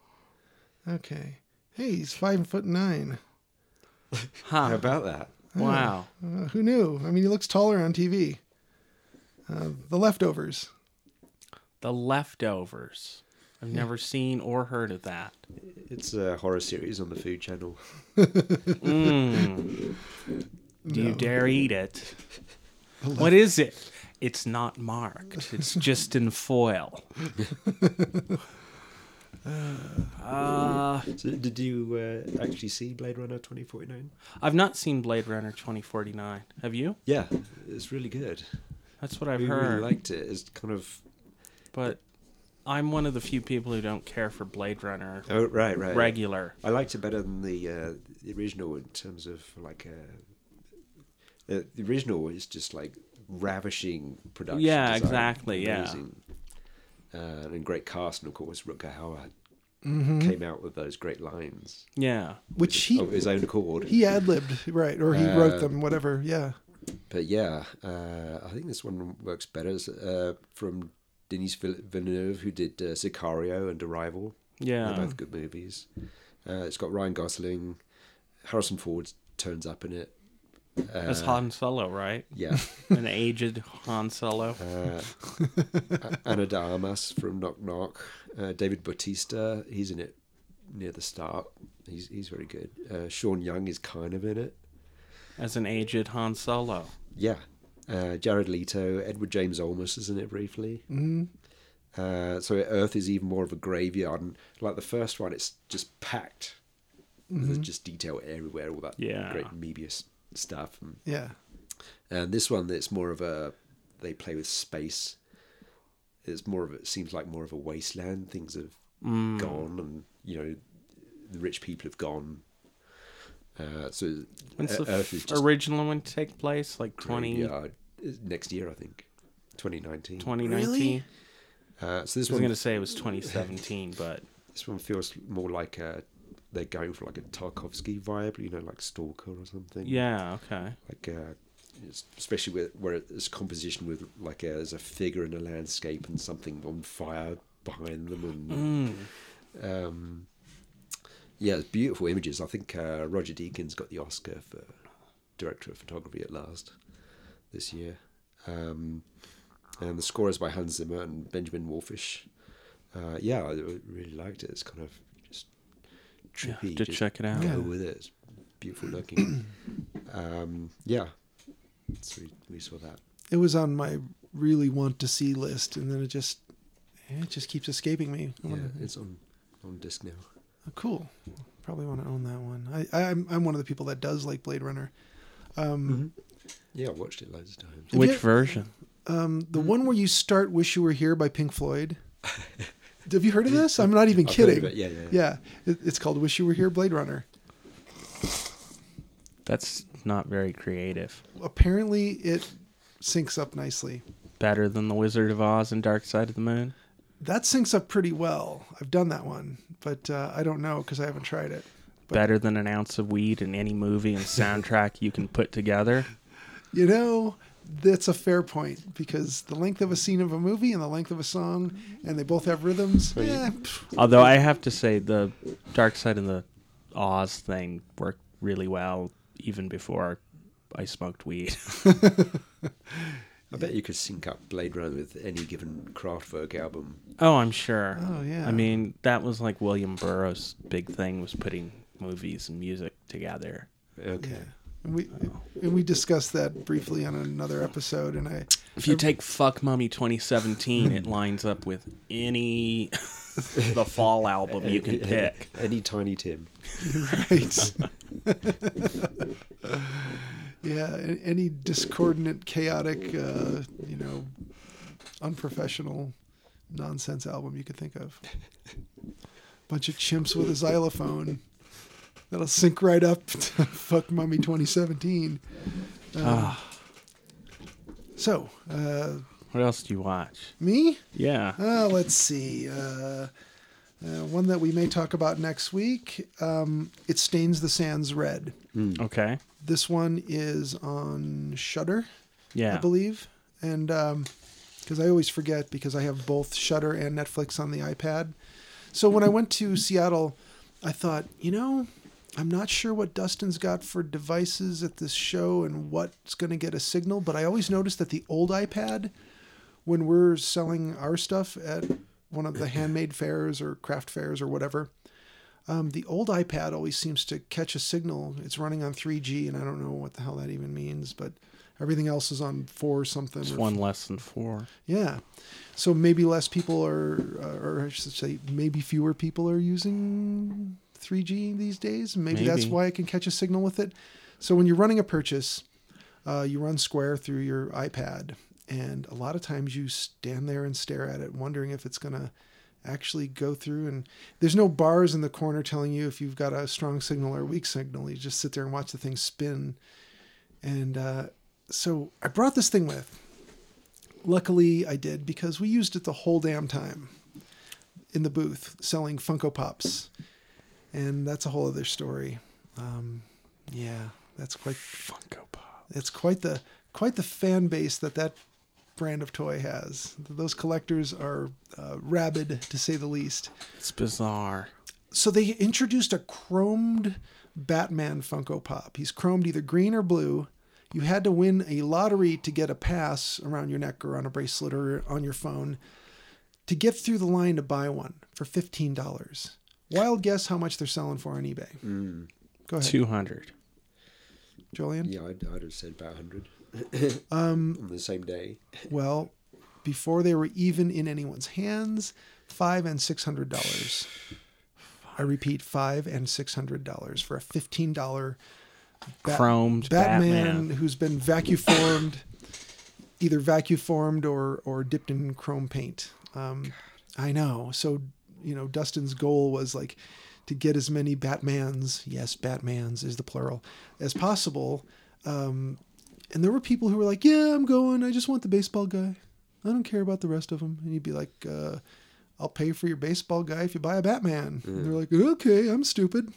A: Okay. Hey, he's five foot nine.
B: Huh.
C: How about that?
B: Wow.
A: Uh, who knew? I mean, he looks taller on TV. Uh, the Leftovers.
B: The Leftovers. I've never seen or heard of that.
C: It's a horror series on the Food Channel.
B: Mm. Do you dare eat it? What is it? It's not marked. It's just in foil. uh,
C: So did you uh, actually see Blade Runner 2049?
B: I've not seen Blade Runner 2049. Have you?
C: Yeah, it's really good.
B: That's what I've
C: We really
B: heard.
C: liked it. It's kind of
B: but I'm one of the few people who don't care for Blade Runner
C: oh right, right.
B: regular.
C: I liked it better than the uh, the original in terms of like uh, the, the original is just like ravishing production.
B: Yeah,
C: design,
B: exactly, yeah.
C: amazing. Uh, and great cast, and of course Rutger Hauer
B: Mm-hmm.
C: came out with those great lines
B: Yeah.
A: Which he
C: of his own accord.
A: he ad libbed, right? Or he wrote
C: Uh,
A: them, whatever. Yeah.
C: But yeah, uh, I think this one works better. It's, Uh, from Denis Vill- Villeneuve, who did uh, Sicario and Arrival.
B: Yeah.
C: They're both good movies. Uh, it's got Ryan Gosling. Harrison Ford turns up in it. uh,
B: That's Han Solo, right?
C: Yeah.
B: An aged Han Solo.
C: Uh, A- Ana de Armas from Knock Knock. Uh, David Bautista, he's in it near the start. He's he's very good. Uh, Sean Young is kind of in it.
B: As an aged Han Solo.
C: Yeah. Uh, Jared Leto, Edward James Olmos is in it briefly.
A: Mhm.
C: Uh, so Earth is even more of a graveyard. And like the first one, it's just packed. There's just detail everywhere, all that
B: Yeah.
C: great Mebius stuff. And,
A: Yeah.
C: and this one, it's more of a, they play with space. It's more of, a- it seems like more of a wasteland. Things have gone and, you know, the rich people have gone. Uh, so
B: When's
C: E-
B: the
C: Earth is
B: f-
C: just
B: original one take place? Like 20,
C: graveyard. It's next year, I think. 2019.
B: 2019?
A: Really?
C: Uh, so this
B: I was
C: one,
B: going to say it was 2017, but
C: this one feels more like a, they're going for like a Tarkovsky vibe, you know, like Stalker or something.
B: yeah, okay.
C: Like, uh, it's, especially with, where it's composition with like a, there's a figure in a landscape and something on fire behind
B: Mm.
A: Hmm.
C: them and um, yeah, it's beautiful images. I think uh, Roger Deakins got the Oscar for director of photography at last this year. Um, and the score is by Hans Zimmer and Benjamin Wolfish. Uh, yeah, I really liked it. It's kind of just trippy.
B: to
C: just
B: check it out.
C: go
A: Yeah.
C: with it. It's beautiful looking. um, yeah. So we, we saw that.
A: It was on my really want to see list, and then it just it just keeps escaping me. I
C: Yeah,
A: wonder-
C: it's on on disc now.
A: Oh, cool. Probably want to own that one. I, I I'm I'm one of the people that does like Blade Runner. Um,
C: Yeah, I watched it loads of times.
A: Have
B: Which
A: you-
B: version?
A: um,
C: Mm-hmm.
A: the one where you start "Wish You Were Here" by Pink Floyd. Have you heard of this? I'm not even
C: I've heard of
A: kidding.
C: it, yeah, yeah, yeah.
A: yeah. It, it's called "Wish You Were Here," Blade Runner.
B: That's not very creative.
A: Apparently, it syncs up nicely.
B: Better than The Wizard of Oz and Dark Side of the Moon?
A: That syncs up pretty well. I've done that one, but uh, I don't know because I haven't tried it.
B: Better than an ounce of weed in any movie and soundtrack you can put together?
A: You know, that's a fair point because the length of a scene of a movie and the length of a song, and they both have rhythms. eh, Yeah,
B: Although I have to say the Dark Side and the Oz thing worked really well even before I smoked weed.
C: I bet you could sync up Blade Runner with any given Kraftwerk album.
B: oh, I'm sure.
A: Oh, yeah.
B: I mean, that was like William Burroughs' big thing was putting movies and music together.
C: Okay.
A: and we and we discussed that briefly on another episode, and I
B: If you take Fuck Mummy 2017, it lines up with any the Fall album you can pick.
C: Any Tiny Tim.
A: right. yeah, a- any discordant, chaotic, uh, you know, unprofessional nonsense album you could think of. Bunch of chimps with a xylophone. That'll sync right up to Fuck Mummy 2017. Um, So, uh,
B: What else do you watch?
A: me?
B: Yeah.
A: Uh, let's see. Uh, uh, one that we may talk about next week. Um, it stains the sands red.
B: Okay.
A: This one is on Shutter,
B: Yeah.
A: I believe, and because I always forget because I have both Shutter and Netflix on the iPad. So when I went to Seattle, I thought, you know, I'm not sure what Dustin's got for devices at this show and what's going to get a signal, but I always noticed that the old iPad, when we're selling our stuff at one of the handmade fairs or craft fairs or whatever, um, the old iPad always seems to catch a signal. It's running on 3G, and I don't know what the hell that even means, but everything else is on 4 something.
B: It's
A: or
B: one less than four.
A: yeah. So maybe less people are, uh, or I should say, maybe fewer people are using 3G these days. Maybe, that's
B: Maybe.
A: why I can catch a signal with it. So when you're running a purchase, uh, you run Square through your iPad, and a lot of times you stand there and stare at it, wondering if it's going to actually go through. And there's no bars in the corner telling you if you've got a strong signal or a weak signal. You just sit there and watch the thing spin. And uh, so I brought this thing with. Luckily, I did because we used it the whole damn time in the booth selling Funko Pops, and that's a whole other story. Um, yeah, that's quite
B: Funko Pop.
A: it's quite the quite the fan base that that brand of toy has. Those collectors are uh, rabid, to say the least.
B: It's bizarre.
A: So they introduced a chromed Batman Funko Pop. He's chromed either green or blue. You had to win a lottery to get a pass around your neck or on a bracelet or on your phone to get through the line to buy one for $15. Wild guess how much they're selling for on eBay. Go ahead,
B: Two hundred.
A: Julian.
C: Yeah, I'd, I'd have said about 100
A: Um,
C: on the same day.
A: well, before they were even in anyone's hands, five and six hundred dollars. I repeat, five and six hundred dollars for a fifteen dollar
B: Chromed
A: Batman,
B: Batman.
A: who's been vacuformed, either vacuformed or or dipped in chrome paint. Um, I know. So you know, Dustin's goal was like to get as many Batmans. Yes, Batmans is the plural as possible. Um, and there were people who were like, "Yeah, I'm going. I just want the baseball guy. I don't care about the rest of them." And he'd be like, uh, "I'll pay for your baseball guy if you buy a Batman." And they're like, "Okay, I'm stupid."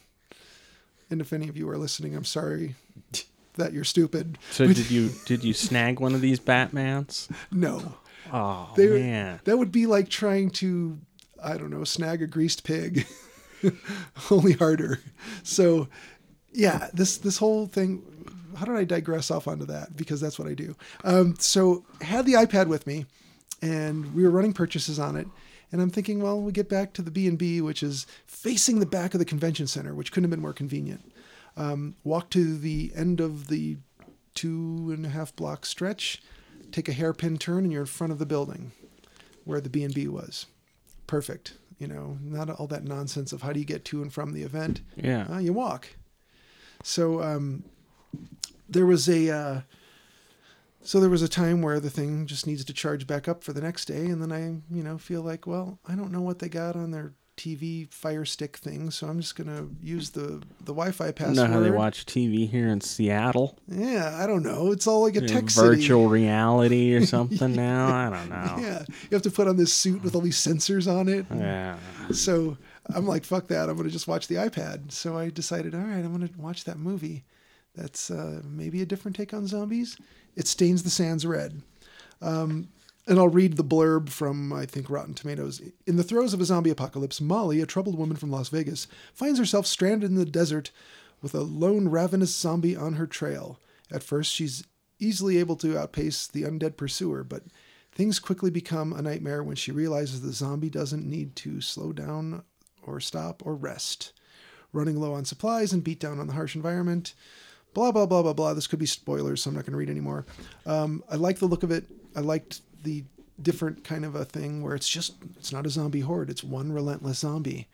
A: And if any of you are listening, I'm sorry that you're stupid.
B: So did you did you snag one of these Batmans?
A: No,
B: Oh
A: They-
B: man.
A: that would be like trying to, I don't know, snag a greased pig, only harder. So, yeah, this this whole thing. How did I digress off onto that? Because that's what I do. Um, so I had the iPad with me, and we were running purchases on it. And I'm thinking, well, we get back to the B and B, which is facing the back of the convention center, which couldn't have been more convenient. um, walk to the end of the two and a half block stretch, take a hairpin turn, and you're in front of the building where the B and B was. Perfect. You know, not all that nonsense of how do you get to and from the event.
B: Yeah.
A: Uh, you walk. So um, there was a uh, so there was a time where the thing just needs to charge back up for the next day, and then I you know feel like well I don't know what they got on their TV Fire Stick thing, so I'm just gonna use the the Wi-Fi
B: I
A: password.
B: don't know how they watch TV here in Seattle.
A: Yeah, I don't know. It's all like a
B: You know,
A: tech city.
B: virtual reality or something now. I don't know.
A: Yeah, you have to put on this suit with all these sensors on it.
B: Yeah.
A: So I'm like, fuck that. I'm gonna just watch the iPad. So I decided, all right, I'm gonna watch that movie. That's uh, maybe a different take on zombies. It stains the sands red. Um, and I'll read the blurb from I think Rotten Tomatoes. In the throes of a zombie apocalypse, Molly, a troubled woman from Las Vegas, finds herself stranded in the desert with a lone ravenous zombie on her trail. At first, she's easily able to outpace the undead pursuer, but Things quickly become a nightmare when she realizes the zombie doesn't need to slow down or stop or rest. Running low on supplies and beat down on the harsh environment. Blah, blah, blah, blah, blah. This could be spoilers, so I'm not going to read anymore. Um, I like the look of it. I liked the different kind of a thing where it's just, it's not a zombie horde, it's one relentless zombie.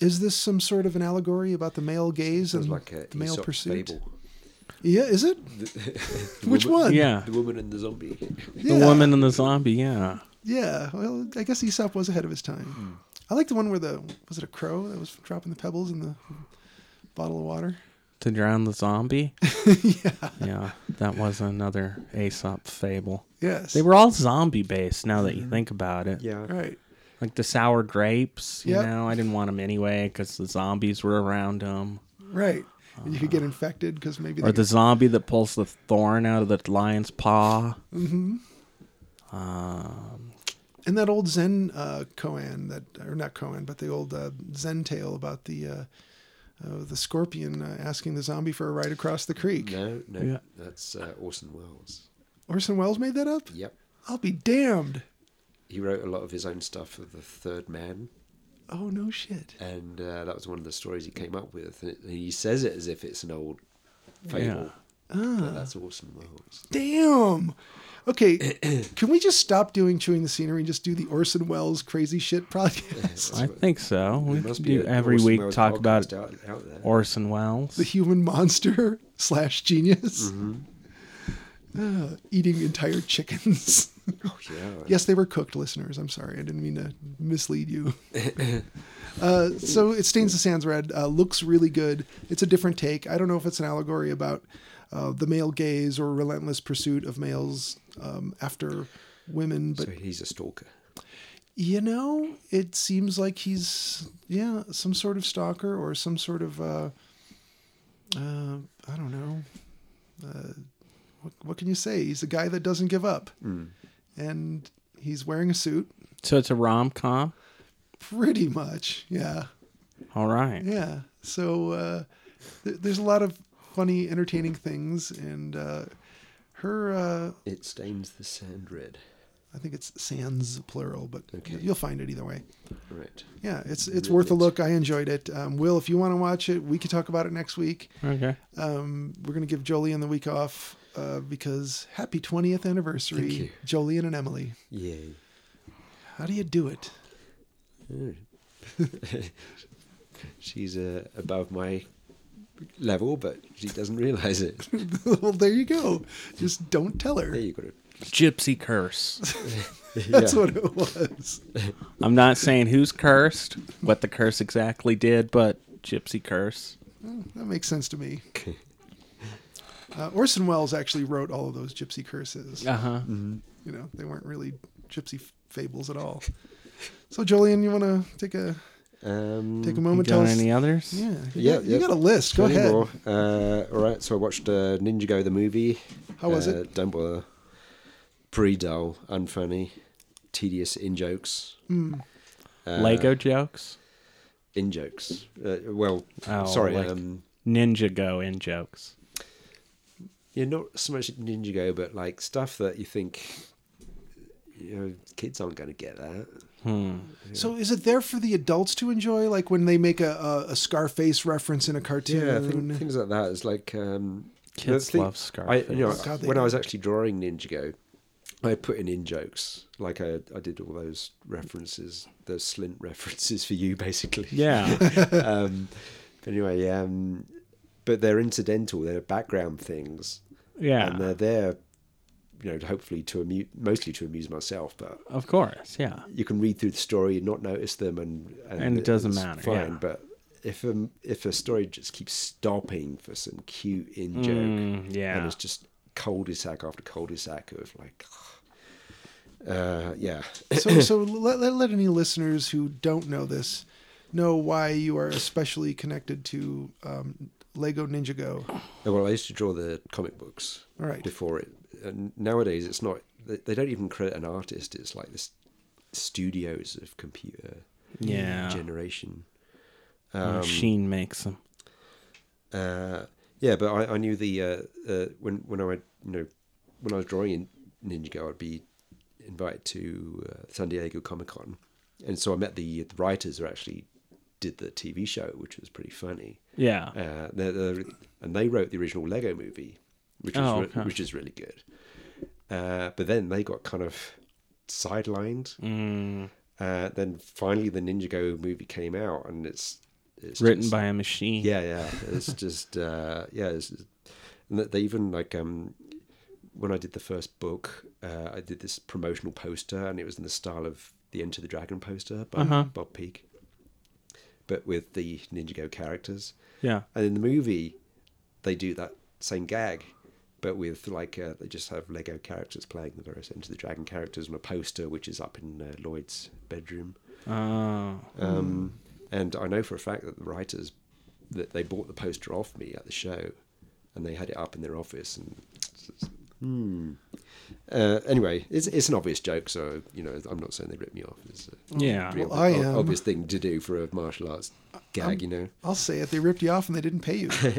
A: Is this some sort of an allegory about the male gaze
C: Sounds
A: and
C: like a
A: the male
C: Aesop's
A: pursuit?
C: fable.
A: Yeah, is it?
C: The
A: Which
C: woman-
A: one?
B: Yeah.
C: The woman and the zombie.
B: The woman and the zombie, yeah.
A: Yeah, well, I guess Aesop was ahead of his
C: Hmm.
A: time. I like the one where the was it a crow that was dropping the pebbles in the bottle of water.
B: To drown the zombie? yeah. Yeah. That was another Aesop fable.
A: Yes,
B: They were all zombie based now that you think about it.
C: Yeah.
A: right.
B: Like the sour grapes, you
A: Yep.
B: know, I didn't want them anyway because the zombies were around them.
A: Right, and you could get infected because maybe
B: Uh-huh. Or
A: they-
B: the zombie that pulls the thorn out of the lion's paw. Mm-hmm. Um,
A: and that old Zen uh, koan that or not koan but the old uh, Zen tale about the uh, uh, the scorpion uh, asking the zombie for a ride across the creek.
C: No, no.
B: Yeah.
C: That's uh, Orson Welles.
A: Orson Welles made that up.
C: Yep.
A: I'll be damned.
C: He wrote a lot of his own stuff for The Third Man.
A: Oh no shit.
C: and uh, that was one of the stories he came up with. And it- he says it as if it's an old fable.
B: Ah.
C: But that's Orson Welles.
A: Damn. Okay, can we just stop doing chewing the scenery and just do the Orson Welles crazy shit podcast?
B: I think so. We
C: There
B: could
C: must
B: do
C: an
B: every
C: Orson
B: week
C: Welles
B: talk about
C: podcast out, out there.
B: Orson Welles.
A: the human monster slash genius
B: Mm-hmm.
A: Uh, eating entire chickens.
C: Oh, yeah.
A: yes, they were cooked, listeners. I'm sorry, I didn't mean to mislead you. uh, so it stains the sands red. Uh, looks really good. It's a different take. I don't know if it's an allegory about uh, the male gaze or relentless pursuit of males um, after women, but
C: So he's a stalker.
A: You know, it seems like he's yeah, some sort of stalker or some sort of uh, uh I don't know. Uh, what, what can you say? He's a guy that doesn't give up,
C: Mm.
A: and he's wearing a suit,
B: So it's a rom com.
A: pretty much. Yeah,
B: All right.
A: yeah. So uh, th- there's a lot of funny, entertaining things, and uh, her. Uh,
C: It stains the sand red.
A: I think it's sans plural, but
C: Okay.
A: you'll find it either way.
C: Right.
A: Yeah, it's it's worth a look. I enjoyed it. Um, Will, if you want to watch it, we could talk about it next week.
B: Okay.
A: Um, we're gonna give Jolien the week off uh, because happy twentieth
C: Thank you.
A: anniversary, Jolien and Emily.
C: Yay.
A: How do you do it?
C: She's uh, above my level, but she doesn't realize it.
A: well, there you go. Just don't tell
C: There
A: her.
C: you got it.
B: Gypsy curse.
A: That's
C: Yeah.
A: what it was.
B: I'm not saying who's cursed, what the curse exactly did, but gypsy curse.
A: That makes sense to me. Uh, Orson Welles actually wrote all of those gypsy curses.
C: Uh-huh.
B: Uh huh.
A: You know, they weren't really gypsy f- fables at all. So, Jolien, you want to take a
C: Um,
A: take a
B: Mm, You
A: moment? Tell
B: got
A: us.
B: any others?
A: Yeah, you
C: Yeah,
A: got, you
C: yeah.
A: got a list. Go
C: Plenty
A: ahead.
C: more. Uh, all right, so I watched uh, Ninja Go the movie.
A: How was
C: uh,
A: it?
C: Don't bother. Pretty dull, unfunny, tedious in jokes.
A: Hmm.
C: Uh,
B: Lego jokes.
C: in jokes. Uh, well,
B: Oh,
C: sorry.
B: like-
C: Um,
B: Ninja go in jokes.
C: yeah, not so much Ninja Go, but like stuff that you think you know kids aren't going to get that.
B: Hmm.
A: So is it there for the adults to enjoy? Like when they make a, a, a Scarface reference in a cartoon?
C: Yeah, thing, things like that. It's like um, the
B: Kids
C: thing-
B: love
C: I,
B: Scarface.
C: you know,
A: God, they
C: when I
A: do.
C: was actually drawing Ninjago, I put in in jokes. Like I, I did all those references, those slint references for you, basically.
B: Yeah.
C: um, but anyway, um, but they're incidental. They're background things, and
B: Yeah.
C: they're there, you know, hopefully to amuse, mostly to amuse myself. But
B: Of course. Yeah.
C: you can read through the story and not notice them, and
B: And it doesn't
C: it's
B: matter,
C: Fine,
B: yeah.
C: but if um, if a story just keeps stopping for some cute in joke,
B: Mm,
C: and
B: yeah.
C: it's just cul-de-sac after cul-de-sac of like, uh, yeah,
A: so so let, let, let any listeners who don't know this know why you are especially connected to um, Lego Ninjago.
C: Well, I used to draw the comic books
A: All right.
C: before it. And nowadays, it's not. They they don't even credit an artist. It's like this studios of computer
B: Yeah.
C: generation. um,
B: Machine makes them.
C: Uh, yeah, but I, I knew the uh, uh, when when I would, you know when I was drawing in Ninjago, I'd be invited to uh, San Diego Comic Con, and so I met the, the writers who actually did the TV show, which was pretty funny.
B: Yeah.
C: Uh, they're, they're- and they wrote the original Lego movie, which is
B: Oh,
C: re-
B: okay.
C: which is really good. Uh, but then they got kind of sidelined.
B: Mm,
C: Uh, then finally, the Ninjago movie came out, and it's it's
B: written
C: just-
B: by a machine.
C: yeah, yeah. It's just uh, yeah. It's, and they- they even like um, when I did the first book, uh, I did this promotional poster, and it was in the style of the Enter the Dragon poster by Bob Peake, but with the Ninjago characters.
B: Yeah.
C: And in the movie, they do that same gag, but with like uh, they just have Lego characters playing the various Enter the Dragon characters on a poster, which is up in uh, Lloyd's bedroom.
B: Oh.
C: Um,
A: Hmm.
C: And I know for a fact that the writers that they bought the poster off me at the show, and they had it up in their office. And it's- it's- hmm. Uh, anyway, it's it's an obvious joke, so you know I'm not saying they ripped me off. It's a
B: Yeah.
C: pretty
A: Well, I
C: obvi-
A: am.
C: obvious thing to do for a martial arts gag, you know.
A: I'll say it. They ripped you off and they didn't pay you.
C: Uh,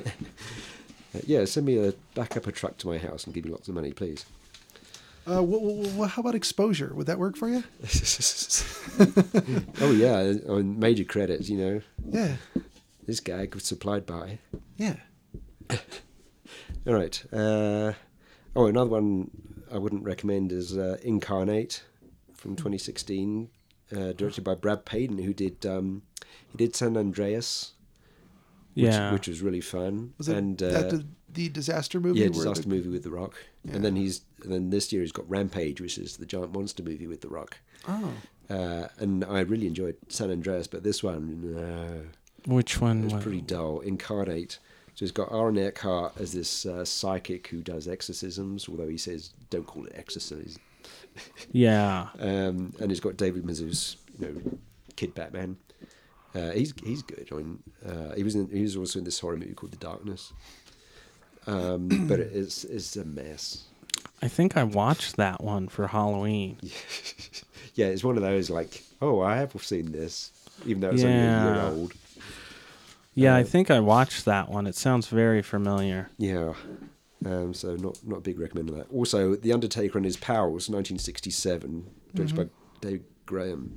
C: yeah, send me a back up a truck to my house and give me lots of money, please.
A: Uh, wh- wh- wh- how about exposure? Would that work for you?
C: oh yeah, on major credits, you know.
A: Yeah.
C: This gag was supplied by.
A: Yeah.
C: All right. Uh, oh, another one I wouldn't recommend is uh, Incarnate from 2016, uh, directed by Brad Payton, who did um, he did San Andreas, which,
B: Yeah.
C: which was really fun.
A: Was it
C: and uh,
A: that the, the disaster movie?
C: yeah,
A: where
C: disaster
A: the-
C: movie with The Rock,
A: Yeah.
C: and then he's and then this year he's got Rampage, which is the giant monster movie with The Rock.
A: Oh.
C: Uh, and I really enjoyed San Andreas, but this one, no.
B: which one
C: It's
B: was
C: pretty dull. Incarnate. So it's got Aaron Eckhart as this uh, psychic who does exorcisms, although he says don't call it exorcism.
B: Yeah.
C: Um, and it's got David Mazouz, you know, Kid Batman. Uh, he's he's good. I mean, uh, he was in, he was also in this horror movie called The Darkness. um, but it's it's a mess.
B: I think I watched that one for Halloween.
C: Yeah, it's one of those like, oh, I have seen this, even though it's only a year
B: Yeah.
C: old. Uh,
B: Yeah, I think I watched that one. It sounds very familiar.
C: Yeah. Um, so not not a big recommend of that. Also, The Undertaker and His Pals, 1967, directed by Dave Graham.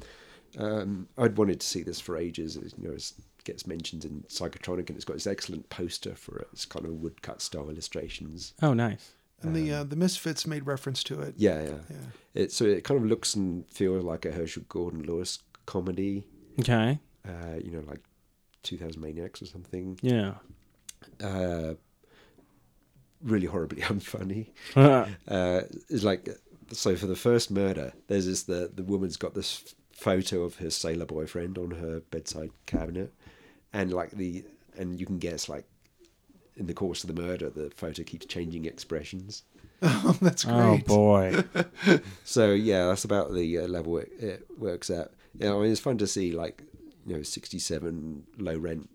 C: Um, I'd wanted to see this for ages. It, you know, it gets mentioned in Psychotronic, and it's got this excellent poster for it. It's kind of woodcut style illustrations.
B: Oh, nice.
A: And the uh, the Misfits made reference to it.
C: Yeah, yeah.
A: Yeah.
C: It, so it kind of looks and feels like a Herschel Gordon Lewis comedy.
B: Okay.
C: Uh, you know, like 2000 Maniacs or something.
B: Yeah.
C: Uh, really horribly unfunny.
B: oh,
C: uh, is like so for the first murder there's this the the woman's got this photo of her sailor boyfriend on her bedside cabinet and like the and you can guess like in the course of the murder the photo keeps changing expressions
A: Oh, that's great.
B: boy.
C: so yeah that's about the uh, level it, it works at yeah i mean it's fun to see like you know 67 low rent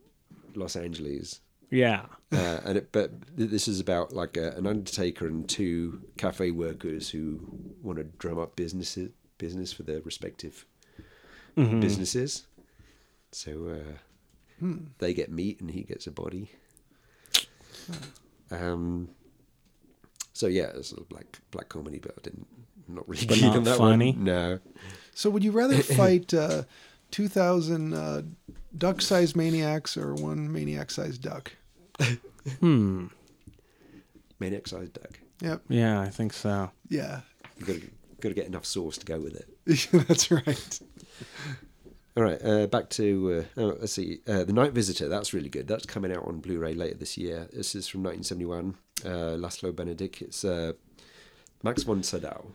C: los angeles
B: Yeah.
C: uh, and it, but th- this is about like a, an undertaker and two cafe workers who want to drum up businesses business for their respective
B: Mm-hmm.
C: businesses. So uh,
B: Hmm.
C: they get meat and he gets a body.
B: Hmm.
C: Um. So yeah, it's a black black comedy, but I didn't not really
B: But
C: keen
B: not
C: on that
B: funny?
C: one. No.
A: So would you rather fight uh, 2,000 uh, duck-sized maniacs or one maniac-sized duck?
B: Hmm.
C: Maniac sized duck.
A: Yep.
B: Yeah, I think so.
A: Yeah.
C: You gotta gotta get enough sauce to go with it.
A: that's right.
C: All right, uh, back to uh, oh, let's see, uh, the Night Visitor. That's really good. That's coming out on Blu-ray later this year. This is from 1971. Uh, Laszlo Benedict. It's uh, Max von Sydow.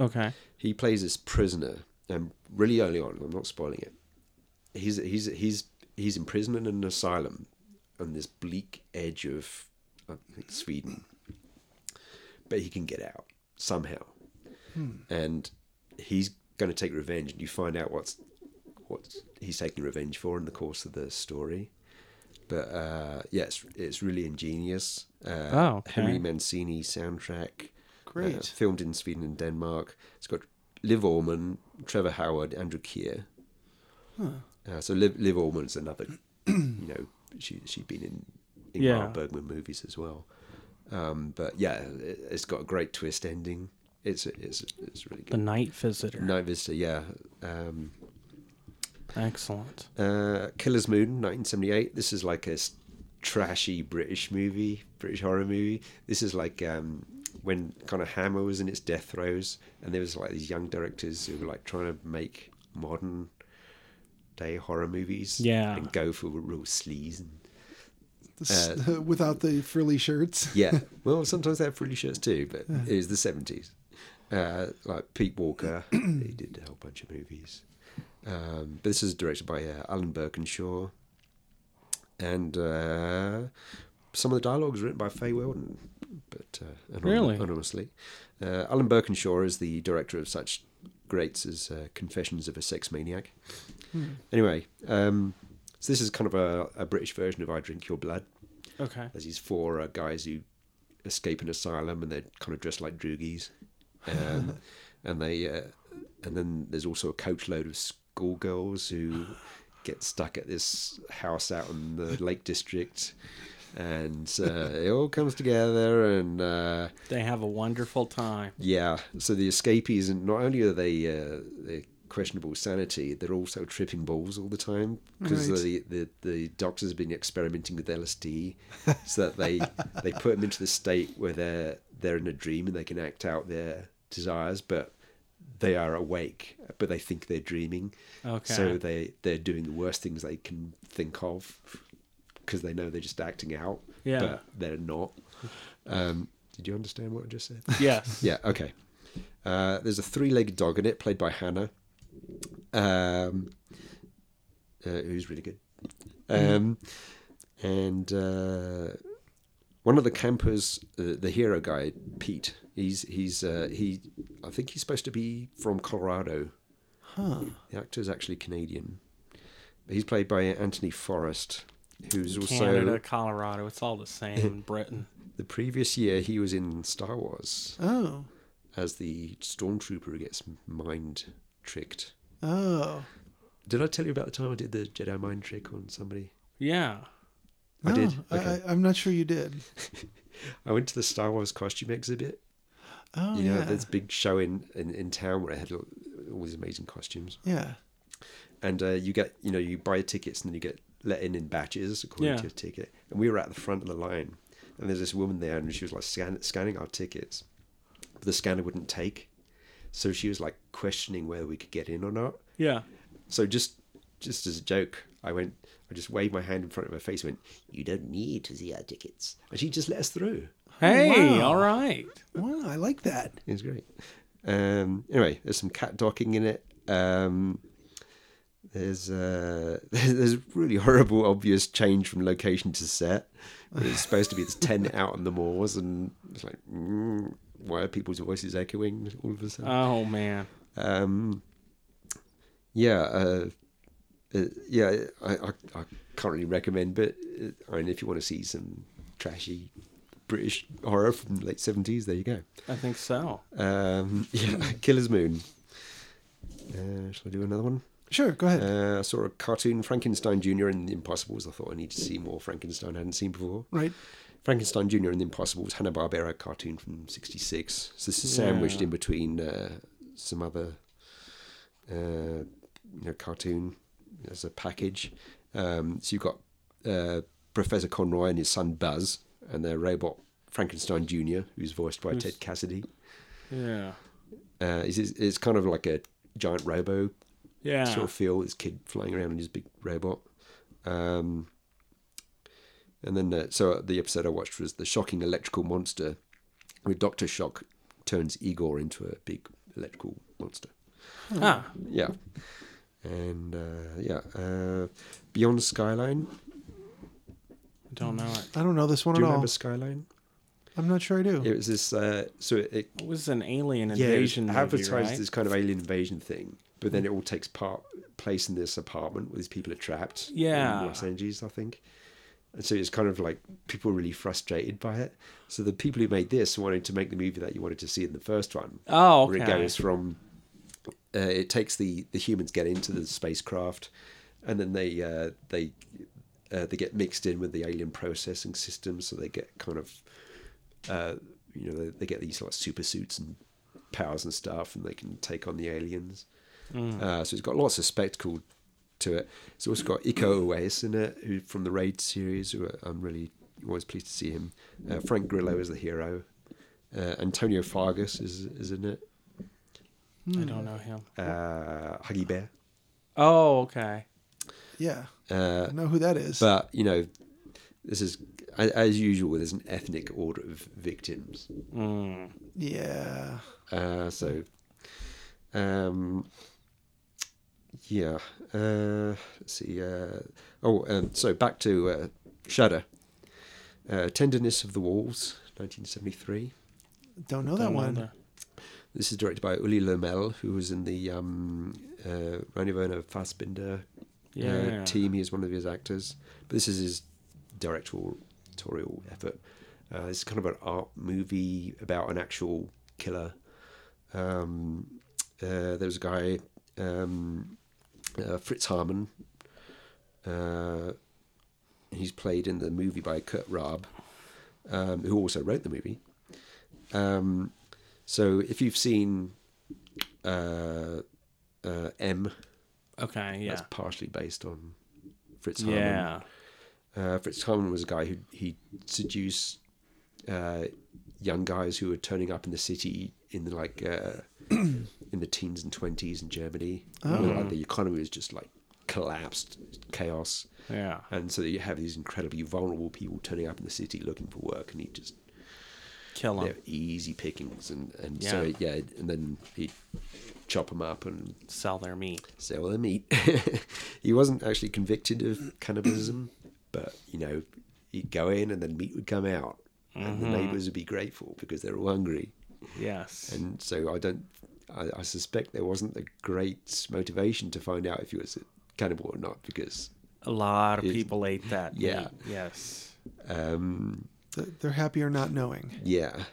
B: Okay.
C: He plays this prisoner, and really early on, I'm not spoiling it. He's he's he's he's in prison in an asylum on this bleak edge of I think Sweden, but he can get out somehow,
B: Hmm.
C: and he's going to take revenge. And you find out what's what he's taking revenge for in the course of the story. But uh, yeah, it's, it's really ingenious. Uh,
B: Oh, okay.
C: Henry Mancini soundtrack.
A: Great.
C: Uh, filmed in Sweden and Denmark. It's got Liv Orman, Trevor Howard, Andrew Keir. Uh, so Liv, Liv Orman's another, you know, she she'd been in in
B: Yeah.
C: Ingmar Bergman movies as well. Um, but yeah, it, it's got a great twist ending. It's it's it's really
B: The
C: good.
B: Night Visitor.
C: Night Visitor, yeah. Um,
B: Excellent.
C: uh, Killer's Moon, 1978. This is like a s- trashy British movie, British horror movie. This is like um, when kind of Hammer was in its death throes, and there was like these young directors who were like trying to make modern day horror movies,
B: Yeah.
C: and go for real sleaze. And,
A: The, without the frilly shirts.
C: Uh, yeah, well, sometimes they have frilly shirts too, but it was the 70s. Uh, like Pete Walker, he did a whole bunch of movies. Um, but this is directed by uh, Alan Birkinshaw. And uh, some of the dialogue is written by Faye Weldon, but uh, anon-
B: Really?
C: anonymously. Uh, Alan Birkinshaw is the director of such greats as uh, Confessions of a Sex Maniac. Anyway, um, so this is kind of a, a British version of I Drink Your Blood.
B: Okay.
C: There's these four uh, guys who escape an asylum, and they're kind of dressed like droogies. Um, and they, uh, and then there's also a coachload of schoolgirls who get stuck at this house out in the Lake District, and uh, it all comes together. And uh,
B: They have a wonderful time.
C: yeah, so the escapees, and not only are they uh, they questionable sanity, they're also tripping balls all the time because
A: Right.
C: the, the the doctors have been experimenting with LSD, so that they they put them into the state where they're they're in a dream and they can act out their desires, but they are awake, but they think they're dreaming.
B: Okay.
C: So they they're doing the worst things they can think of because they know they're just acting out,
B: Yeah.
C: but they're not. Um, did you understand what I just said?
B: Yes.
C: Yeah, okay. Uh, there's a three legged dog in it, played by Hannah, um, uh, who's really good. Um, and uh, one of the campers, uh, the hero guy, Pete, he's, he's uh, he, I think he's supposed to be from Colorado.
B: Huh.
C: The actor's actually Canadian. He's played by Anthony Forrest, who's also.
B: Canada, Colorado, it's all the same in Britain.
C: The previous year, he was in Star Wars
A: Oh.
C: as the stormtrooper who gets mind tricked.
A: Oh.
C: Did I tell you about the time I did the Jedi mind trick on somebody?
B: Yeah.
C: I did.
A: Oh, I,
C: Okay.
A: I, I'm not sure you did.
C: I went to the Star Wars costume exhibit.
A: Oh
C: you know,
A: yeah.
C: there's a big show in, in, in town where they had all all these amazing costumes.
A: Yeah.
C: And uh, you get, you know, you buy tickets and then you get let in in batches according
B: Yeah.
C: to your ticket. And we were at the front of the line. And there's this woman there and she was like scan, scanning our tickets. But the scanner wouldn't take. So she was like questioning whether we could get in or not.
B: Yeah.
C: So just just as a joke, I went, I just waved my hand in front of her face and went, You don't need to see our tickets. And she just let us through.
B: Hey,
A: wow.
B: all right.
A: Wow, I like that.
C: It was great. Um, anyway, there's some cat docking in it. Um, there's uh, there's a really horrible, obvious change from location to set. It's supposed to be this tent out on the moors, and it's like, mm, why are people's voices echoing all of a sudden?
B: Oh man.
C: Um, yeah, uh, uh, yeah, I, I, I can't really recommend, but uh, I mean, if you want to see some trashy British horror from the late seventies, there you go.
B: I think so.
C: Um, yeah, Killer's Moon. Uh, shall I do another one?
A: Sure, go ahead.
C: Uh, I saw a cartoon Frankenstein Jr. and the Impossibles. I thought I need to see more Frankenstein I hadn't seen before.
A: right.
C: Frankenstein Jr. and the Impossibles, Hanna Barbera cartoon from '66. So this is sandwiched
B: Yeah.
C: in between uh, some other, uh, you know, cartoon as a package. Um, so you've got uh, Professor Conroy and his son Buzz, and their robot Frankenstein Jr., who's voiced by
B: Who's-
C: Ted Cassidy.
B: Yeah.
C: Uh, it's, it's- it's kind of like a giant robo
B: Yeah.
C: sort of feel. This kid flying around in his big robot. Um, and then, uh, so the episode I watched was the shocking electrical monster, where Doctor Shock turns Igor into a big electrical monster.
B: Ah.
C: Yeah, and uh, yeah, uh, Beyond Skyline.
B: Don't know it.
A: I don't know this one
C: Do you
A: at all.
C: remember Skyline?
A: I'm not sure I do.
C: It was this. Uh, so it, it
B: It was an alien
C: yeah, it was
B: invasion
C: advertised
B: movie, right?
C: as kind of alien invasion thing, but then it all takes part place in this apartment where these people are trapped.
B: Yeah.
C: in Los Angeles, I think. And so it's kind of like people were really frustrated by it. So the people who made this wanted to make the movie that you wanted to see in the first one,
B: Oh,
C: where it
B: okay.
C: goes from uh, it takes the the humans get into the spacecraft, and then they uh, they uh, they get mixed in with the alien processing system, so they get kind of uh, you know they, they get these like super suits and powers and stuff, and they can take on the aliens.
B: Mm.
C: Uh, so it's got lots of spectacle to it. It's also got Iko Uwais in it, who from the Raid series. Who uh, I'm really always pleased to see him. Uh, Frank Grillo is the hero. Uh, Antonio Fargas is is in it.
B: I don't know him.
C: Uh, Huggy Bear.
B: Oh, okay.
A: yeah.
C: Uh,
A: I know who that is.
C: But you know, this is a- as usual. There's an ethnic order of victims.
B: Mm.
A: yeah.
C: Uh, so, um, yeah. Uh, let's see. Uh, oh, um, so back to uh, Shudder. Uh, Tenderness of the Walls, 1973.
A: Don't know that
B: Don't know
A: one.
B: the-
C: This is directed by Uli Lomel, who was in the um, uh, Rainer Werner Fassbinder
B: Yeah.
C: uh, team. He is one of his actors, but this is his directorial effort. Uh, it's kind of an art movie about an actual killer. Um, uh, there was a guy, um, uh, Fritz Harman. Uh, he's played in the movie by Kurt Raab, um, who also wrote the movie. Um, so if you've seen uh, uh, M,
B: Okay. Yeah.
C: that's partially based on Fritz Harman.
B: Yeah.
C: Uh, Fritz Harman was a guy who he seduced uh, young guys who were turning up in the city in the like uh, in the teens and twenties in Germany. Where, like, the economy was just like collapsed, chaos,
B: Yeah.
C: and so you have these incredibly vulnerable people turning up in the city looking for work, and he just
B: Kill him.
C: they're easy pickings, and and so
B: Yeah.
C: yeah, and then he chop them up and
B: Sell their meat.
C: sell them meat. he wasn't actually convicted of cannibalism, but you know, he'd go in and then meat would come out, and the neighbours would be grateful because they're all hungry.
B: Yes.
C: And so I don't, I, I suspect there wasn't a great motivation to find out if he was a cannibal or not because
B: a lot of
C: Is-
B: people ate that.
C: Yeah.
B: meat. Yes.
C: um,
A: th- they're happier not knowing.
C: Yeah.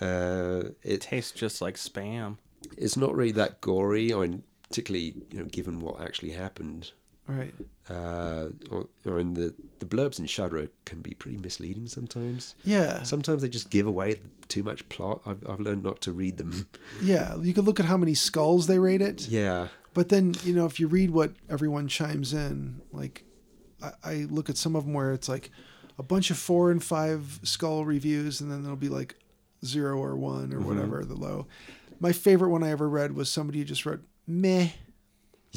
C: Uh,
B: It
C: it,
B: tastes just like spam.
C: it's not really that gory. I mean, particularly you know, given what actually happened.
A: All right.
C: Uh, or, or in the the blurbs in Shadow can be pretty misleading sometimes.
A: Yeah.
C: Sometimes they just give away too much plot. I've, I've learned not to read them.
A: Yeah. You could look at how many skulls they rate it.
C: Yeah,
A: But then, you know, if you read what everyone chimes in, like I, I look at some of them where it's like a bunch of four and five skull reviews, and then there'll be like zero or one or
C: Mm-hmm.
A: whatever the low. My favorite one I ever read was somebody who just wrote meh.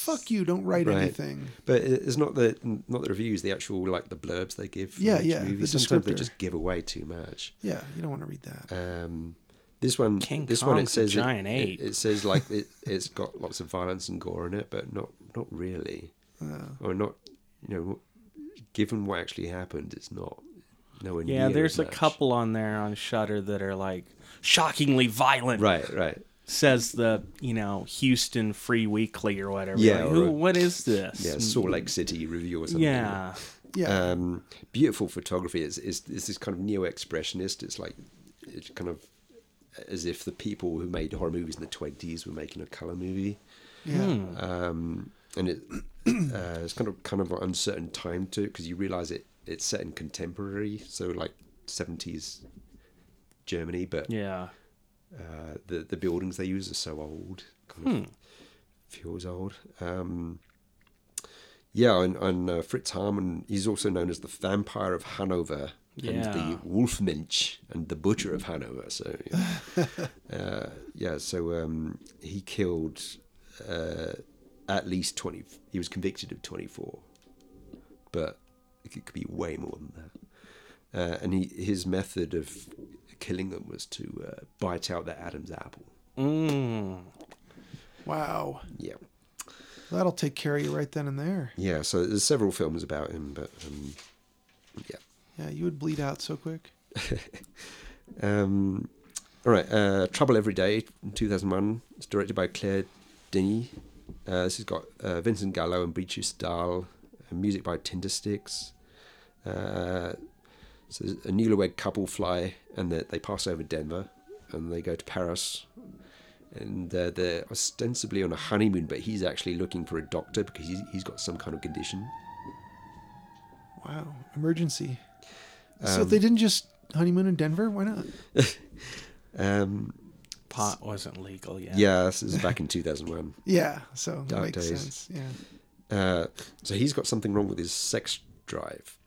A: Fuck you! Don't write
C: Right.
A: anything.
C: but it- it's not the not the reviews. The actual like the blurbs they give. for
A: Yeah,
C: each
A: yeah,
C: movie.
A: the
C: Sometimes they
A: descriptor.
C: just give away too much.
A: Yeah, you don't want to read that.
C: Um, this one,
B: King
C: this one, it
B: Kong's a
C: says it-
B: giant
C: it,
B: ape.
C: It, says like it, it's got lots of violence and gore in it, but not not really, or not. You know, given what actually happened, it's not nowhere near.
B: Yeah, there's
C: as
B: a
C: much.
B: couple on there on Shutter that are like shockingly violent.
C: Right, right.
B: Says the you know Houston Free Weekly or whatever.
C: Yeah,
B: Like,
C: or-
B: "Who- what is this? Mm,
C: Yeah, Salt Lake City review or something.
B: yeah.
A: Yeah,
C: um, beautiful photography is, is is this kind of neo-expressionist. It's like it's kind of as if the people who made horror movies in the twenties were making a color movie,
A: yeah,
C: um, and it uh, it's kind of kind of an uncertain time to because you realize it it's set in contemporary, so like seventies Germany, but
B: yeah.
C: uh, the the buildings they use are so old, kind of feels old. Um, yeah, and, and uh, Fritz Harman, he's also known as the Vampire of Hanover and
B: Yeah.
C: the Wolfmensch and the Butcher of Hanover. So, yeah, uh, yeah so um, he killed uh, at least 20, he was convicted of 24, but it could be way more than that uh, and he, his method of killing them was to uh, bite out their Adam's apple.
B: Mm.
A: Wow,
C: Yeah,
A: that'll take care of you right then and there.
C: yeah. So there's several films about him, but um, yeah.
A: Yeah, you would bleed out so quick.
C: Um, all right, uh, Trouble Every Day, in 2001. It's directed by Claire Denis. Uh, this has got uh, Vincent Gallo and Beatrice Dahl. And music by Tindersticks. Uh, so there's a newlywed couple fly and they, they pass over Denver and they go to Paris. And uh, they're ostensibly on a honeymoon, but he's actually looking for a doctor because he's, he's got some kind of condition.
A: Wow, emergency. so they didn't just honeymoon in Denver. Why not?
C: Um,
B: Pot wasn't legal yet.
C: yeah, this is back in 2001.
A: Yeah, so that
C: Dark
A: makes
C: days.
A: sense. Yeah.
C: Uh, so he's got something wrong with his sex drive.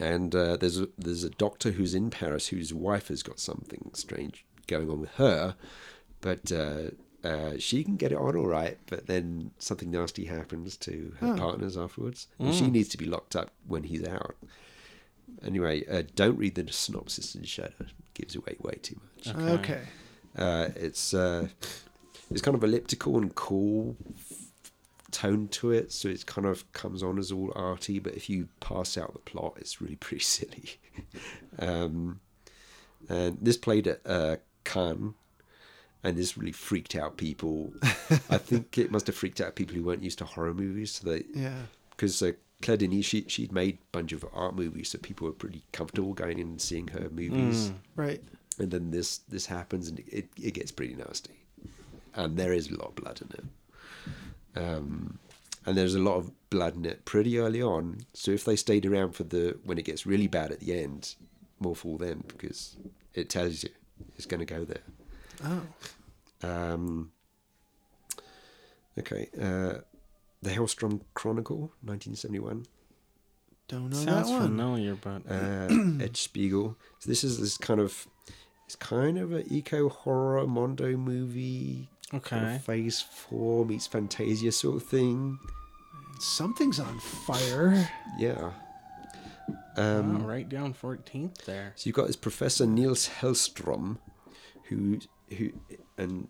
C: And uh, there's a, there's a doctor who's in Paris whose wife has got something strange going on with her, but uh, uh, she can get it on all right. But then something nasty happens to her partners afterwards, and she needs to be locked up when he's out. Anyway, uh, don't read the synopsis in Shadow; it gives away way too much.
A: Okay.
C: Uh, it's uh, it's kind of elliptical and cool tone to it, so it kind of comes on as all arty. But if you pass out the plot, it's really pretty silly. um, and this played at uh, Cannes, and this really freaked out people. I think it must have freaked out people who weren't used to horror movies, so they
A: Yeah.
C: because uh, Claire Denis she she'd made a bunch of art movies, so people were pretty comfortable going in and seeing her movies
A: Right.
C: and then this this happens and it, it gets pretty nasty and there is a lot of blood in it um and there's a lot of blood in it pretty early on so if they stayed around for the when it gets really bad at the end more for them because it tells you it's going to go there
A: Oh.
C: um okay uh the Hellstrom Chronicle, 1971,
A: Don't know
B: Sounds
A: that one.
B: Oh, familiar, but
C: uh, Ed Spiegel. So this is this kind of, it's kind of an eco horror mondo movie kind
B: okay.
C: of phase four meets Fantasia sort of thing.
A: Something's on fire.
C: Yeah.
B: Wow,
C: Um,
B: right down 14th there.
C: So you've got this Professor Niels Hellstrom, who who and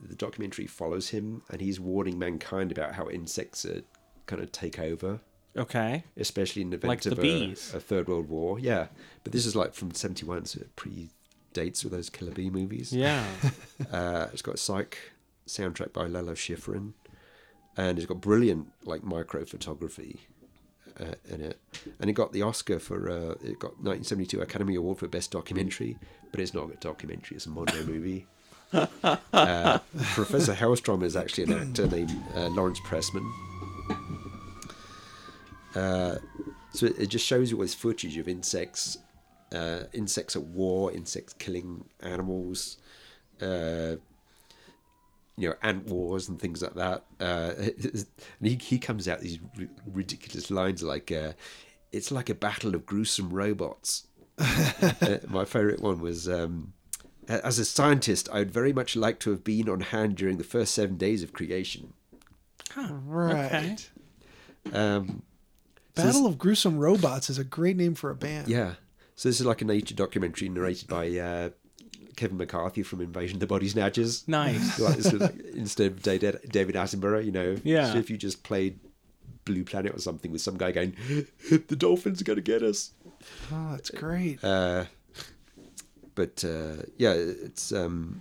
C: the documentary follows him, and he's warning mankind about how insects are kind of take over,
B: Okay.
C: especially in the event
B: Like the
C: of a,
B: bees.
C: a third world war. Yeah, but this is like from seventy one, so it predates all those killer bee movies.
B: Yeah.
C: Uh, it's got Psych soundtrack by Lalo Schifrin, and it's got brilliant like micro photography, uh, in it, and it got the Oscar for uh, it got 1972 Academy Award for Best Documentary, but it's not a documentary; it's a mondo movie. uh, Professor Hellstrom is actually an actor named uh, Lawrence Pressman. Uh, so it, it just shows you all this footage of insects, uh, insects at war, insects killing animals, uh, you know, ant wars and things like that. Uh, and he, he comes out these ri- ridiculous lines like, uh, "It's like a battle of gruesome robots." Uh, my favorite one was um, as a scientist i would very much like to have been on hand during the first seven days of creation
A: Right.
B: Okay.
C: um,
A: Battle of Gruesome Robots is a great name for a band.
C: yeah so this is like a nature documentary narrated by uh, kevin mccarthy from invasion of the body snatchers
B: Nice.
C: like, this was- instead of Da- Da- david attenborough you know
B: Yeah.
C: so if you just played blue planet or something with some guy going the dolphins are going to get us
A: Oh, that's great.
C: but uh, yeah, it's um,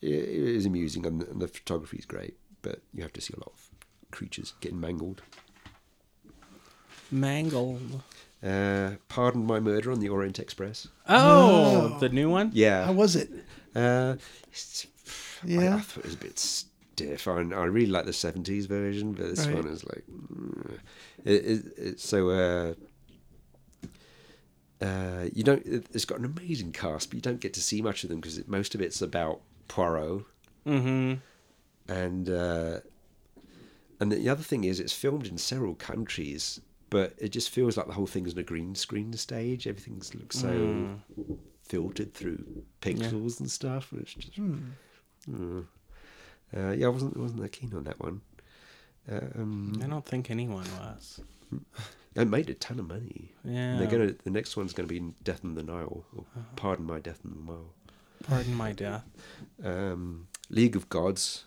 C: it, it is amusing and, and the photography is great, but you have to see a lot of creatures getting mangled.
B: Mangled.
C: Uh, Pardon My Murder on the Orient Express.
B: Oh, the new one.
A: How
C: Yeah,
A: was it?
C: uh, it's- I, I
A: Yeah.
C: thought it was a bit stiff. I, I really like the seventies version, but this
A: Right.
C: one is like, mm. it, it, it's so. Uh, uh, you don't. it- It's got an amazing cast, but you don't get to see much of them because most of it's about Poirot.
B: Mm-hmm.
C: and uh, and the other thing is it's filmed in several countries but it just feels like the whole thing's on a green screen stage everything looks so filtered through pixels and stuff and it's just Mm. Uh, yeah i wasn't wasn't that keen on that one um,
B: I don't think anyone was.
C: it made a ton of money
B: Yeah.
C: they're gonna the next one's gonna be death on the nile or pardon my death on the nile
B: Pardon my death.
C: um, League of Gods.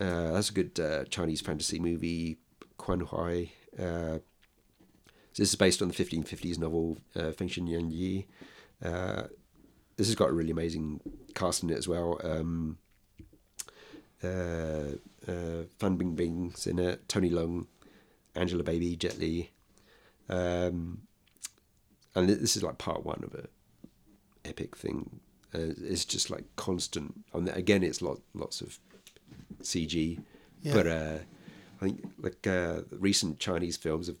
C: Uh, that's a good uh, Chinese fantasy movie. Quan Huai. Uh, so this is based on the 1550s novel uh, Feng Shen Yang Yi. Uh, this has got a really amazing cast in it as well. Um, uh, uh, Fan Bingbing's in it. Tony Leung, Angela Baby, Jet Li. Um, and thi- this is like part one of it epic thing. Uh, it's just like constant. And again, it's lot, lots of CG,
A: Yeah.
C: but uh, I think like uh, recent Chinese films have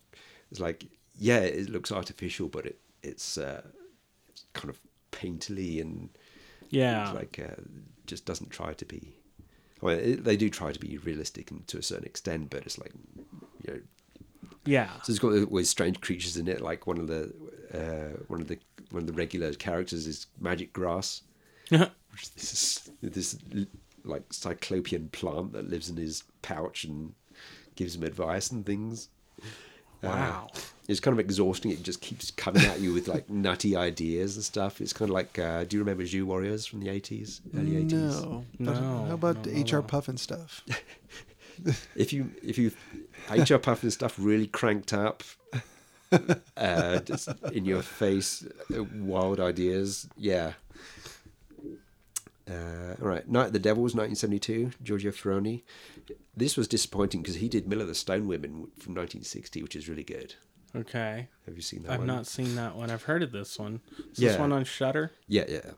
C: it's like yeah, it looks artificial, but it it's uh, it's kind of painterly and
B: Yeah.
C: like uh, just doesn't try to be. Well, it, they do try to be realistic and to a certain extent, but it's like you know
B: yeah.
C: so it's got always strange creatures in it. Like one of the uh, one of the one of the regular characters is magic grass. which this is this like cyclopean plant that lives in his pouch and gives him advice and things. Uh,
B: Wow.
C: it's kind of exhausting. It just keeps coming at you with like nutty ideas and stuff. It's kind of like uh, do you remember Zoo Warriors from the eighties, early eighties?
A: No.
B: No,
A: How about
B: no, no,
A: HR
B: no.
A: Puffin stuff?
C: if you if you HR puff and stuff really cranked up, uh, just in your face, uh, wild ideas. Yeah. Uh, all right, Night of the Devils, 1972, Giorgio Ferroni. This was disappointing because he did Miller the Stone Women from 1960, which is really good.
B: Okay.
C: Have you seen that
B: I've
C: one?
B: not seen that one. I've heard of this one. Is
C: Yeah.
B: this one on Shutter?
C: Yeah, yeah.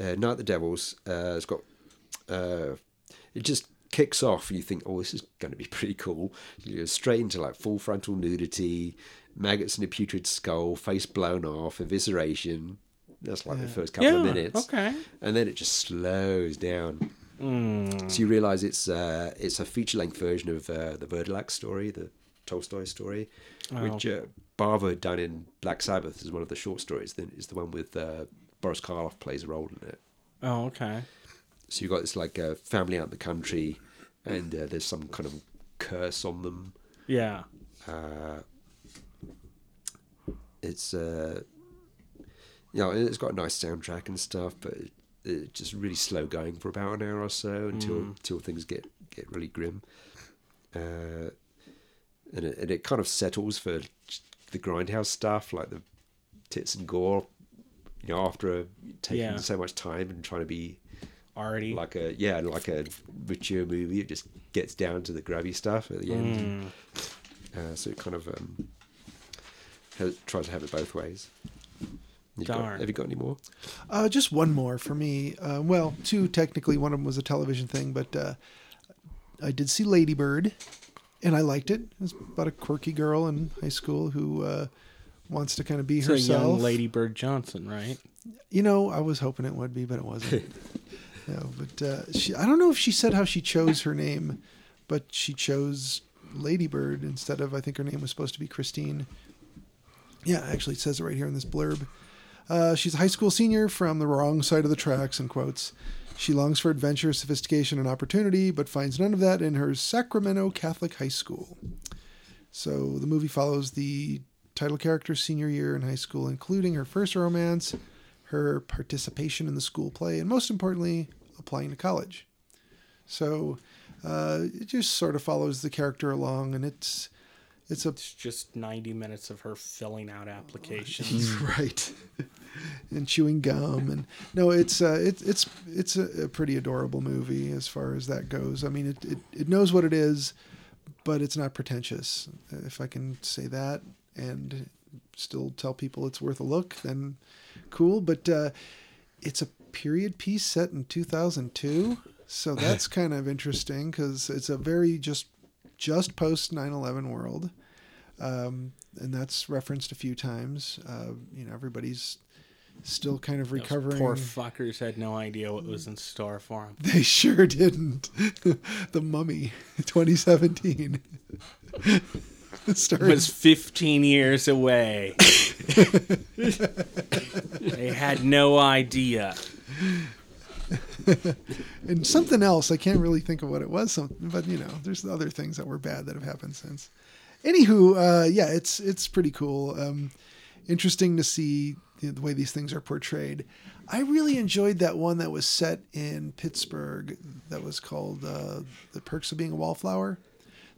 C: Uh, Night of the Devils. Uh, it's got. Uh, it just kicks off. You think, oh, this is going to be pretty cool. You go straight into like full frontal nudity, maggots in a putrid skull, face blown off, evisceration. That's like the first couple
B: yeah.
C: of minutes,
B: Okay.
C: and then it just slows down. So you realise it's uh, it's a feature length version of uh, the Verdelak story, the Tolstoy story, which uh, Barvo done in Black Sabbath is one of the short stories. Then is the one with uh, Boris Karloff plays a role in it.
B: Oh, okay.
C: So you've got this like uh, family out in the country, and uh, there's some kind of curse on them.
B: Yeah.
C: It's uh, you know, it's got a nice soundtrack and stuff, but it, it's just really slow going for about an hour or so until until things get get really grim. Uh, and it, and it kind of settles for the grindhouse stuff, like the tits and gore. You know, after taking
B: Yeah.
C: so much time and trying to be
B: Already.
C: like a yeah, like a mature movie, it just
A: Hmm.
C: gets down to the grabby stuff at the end. Uh, so it kind of um, Ha- tries to have it both ways. You've got-
B: Darn.
C: have you got any more?
A: Uh, just one more for me. Uh, well, two technically. One of them was a television thing, but uh, I did see Ladybird, and I liked it. It was about a quirky girl in high school who uh, wants to kind of be
B: It's a
A: herself.
B: young Lady Bird Johnson, right?
A: You know, I was hoping it would be, but it wasn't. no, but uh, she, I don't know if she said how she chose her name, but she chose Ladybird instead of, I think her name was supposed to be Christine. Yeah, actually, it says it right here in this blurb. Uh, she's a high school senior from the wrong side of the tracks, in quotes. She longs for adventure, sophistication, and opportunity, but finds none of that in her Sacramento Catholic high school. So the movie follows the title character's senior year in high school, including her first romance, her participation in the school play, and most importantly, applying to college. So uh, it just sort of follows the character along, and it's it's a
B: It's just 90 minutes of her filling out applications.
A: He's right. and chewing gum and no, it's uh, it, it's it's a, a pretty adorable movie as far as that goes. I mean, it, it it knows what it is, but it's not pretentious. If I can say that and still tell people it's worth a look, then cool. But uh, it's a period piece set in 2002, so that's kind of interesting because it's a very just just post 9/11 world um, and that's referenced a few times. Uh, you know, everybody's still kind of
B: Those
A: recovering.
B: Poor fuckers had no idea what was in store for them.
A: they sure didn't. the Mummy, 2017.
B: It
A: Starring-
B: was 15 years away. they had no idea.
A: and something else. I can't really think of what it was. Some, but you know, there's other things that were bad that have happened since. Anywho, uh, yeah, it's it's pretty cool. Um, interesting to see the, the way these things are portrayed. I really enjoyed that one that was set in Pittsburgh. That was called uh, "The Perks of Being a Wallflower."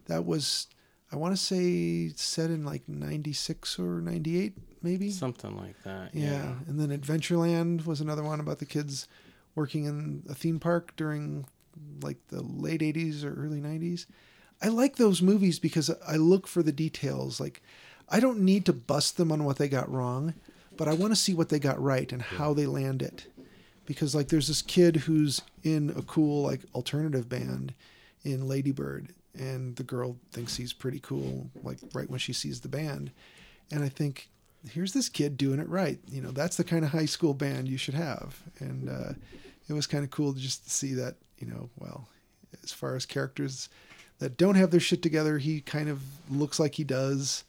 A: That was, I want to say, set in like '96 or '98, maybe.
B: Something like that.
A: Yeah.
B: Yeah.
A: And then Adventureland was another one about the kids working in a theme park during like the late 80s or early 90s. I like those movies because I look for the details. Like, I don't need to bust them on what they got wrong, but I want to see what they got right and how they land it. Because, like, there's this kid who's in a cool, like, alternative band in Ladybird, and the girl thinks he's pretty cool, like, right when she sees the band. And I think, here's this kid doing it right. You know, that's the kind of high school band you should have. And uh, it was kind of cool to just see that, you know, well, as far as characters that don't have their shit together, he kind of looks like he does,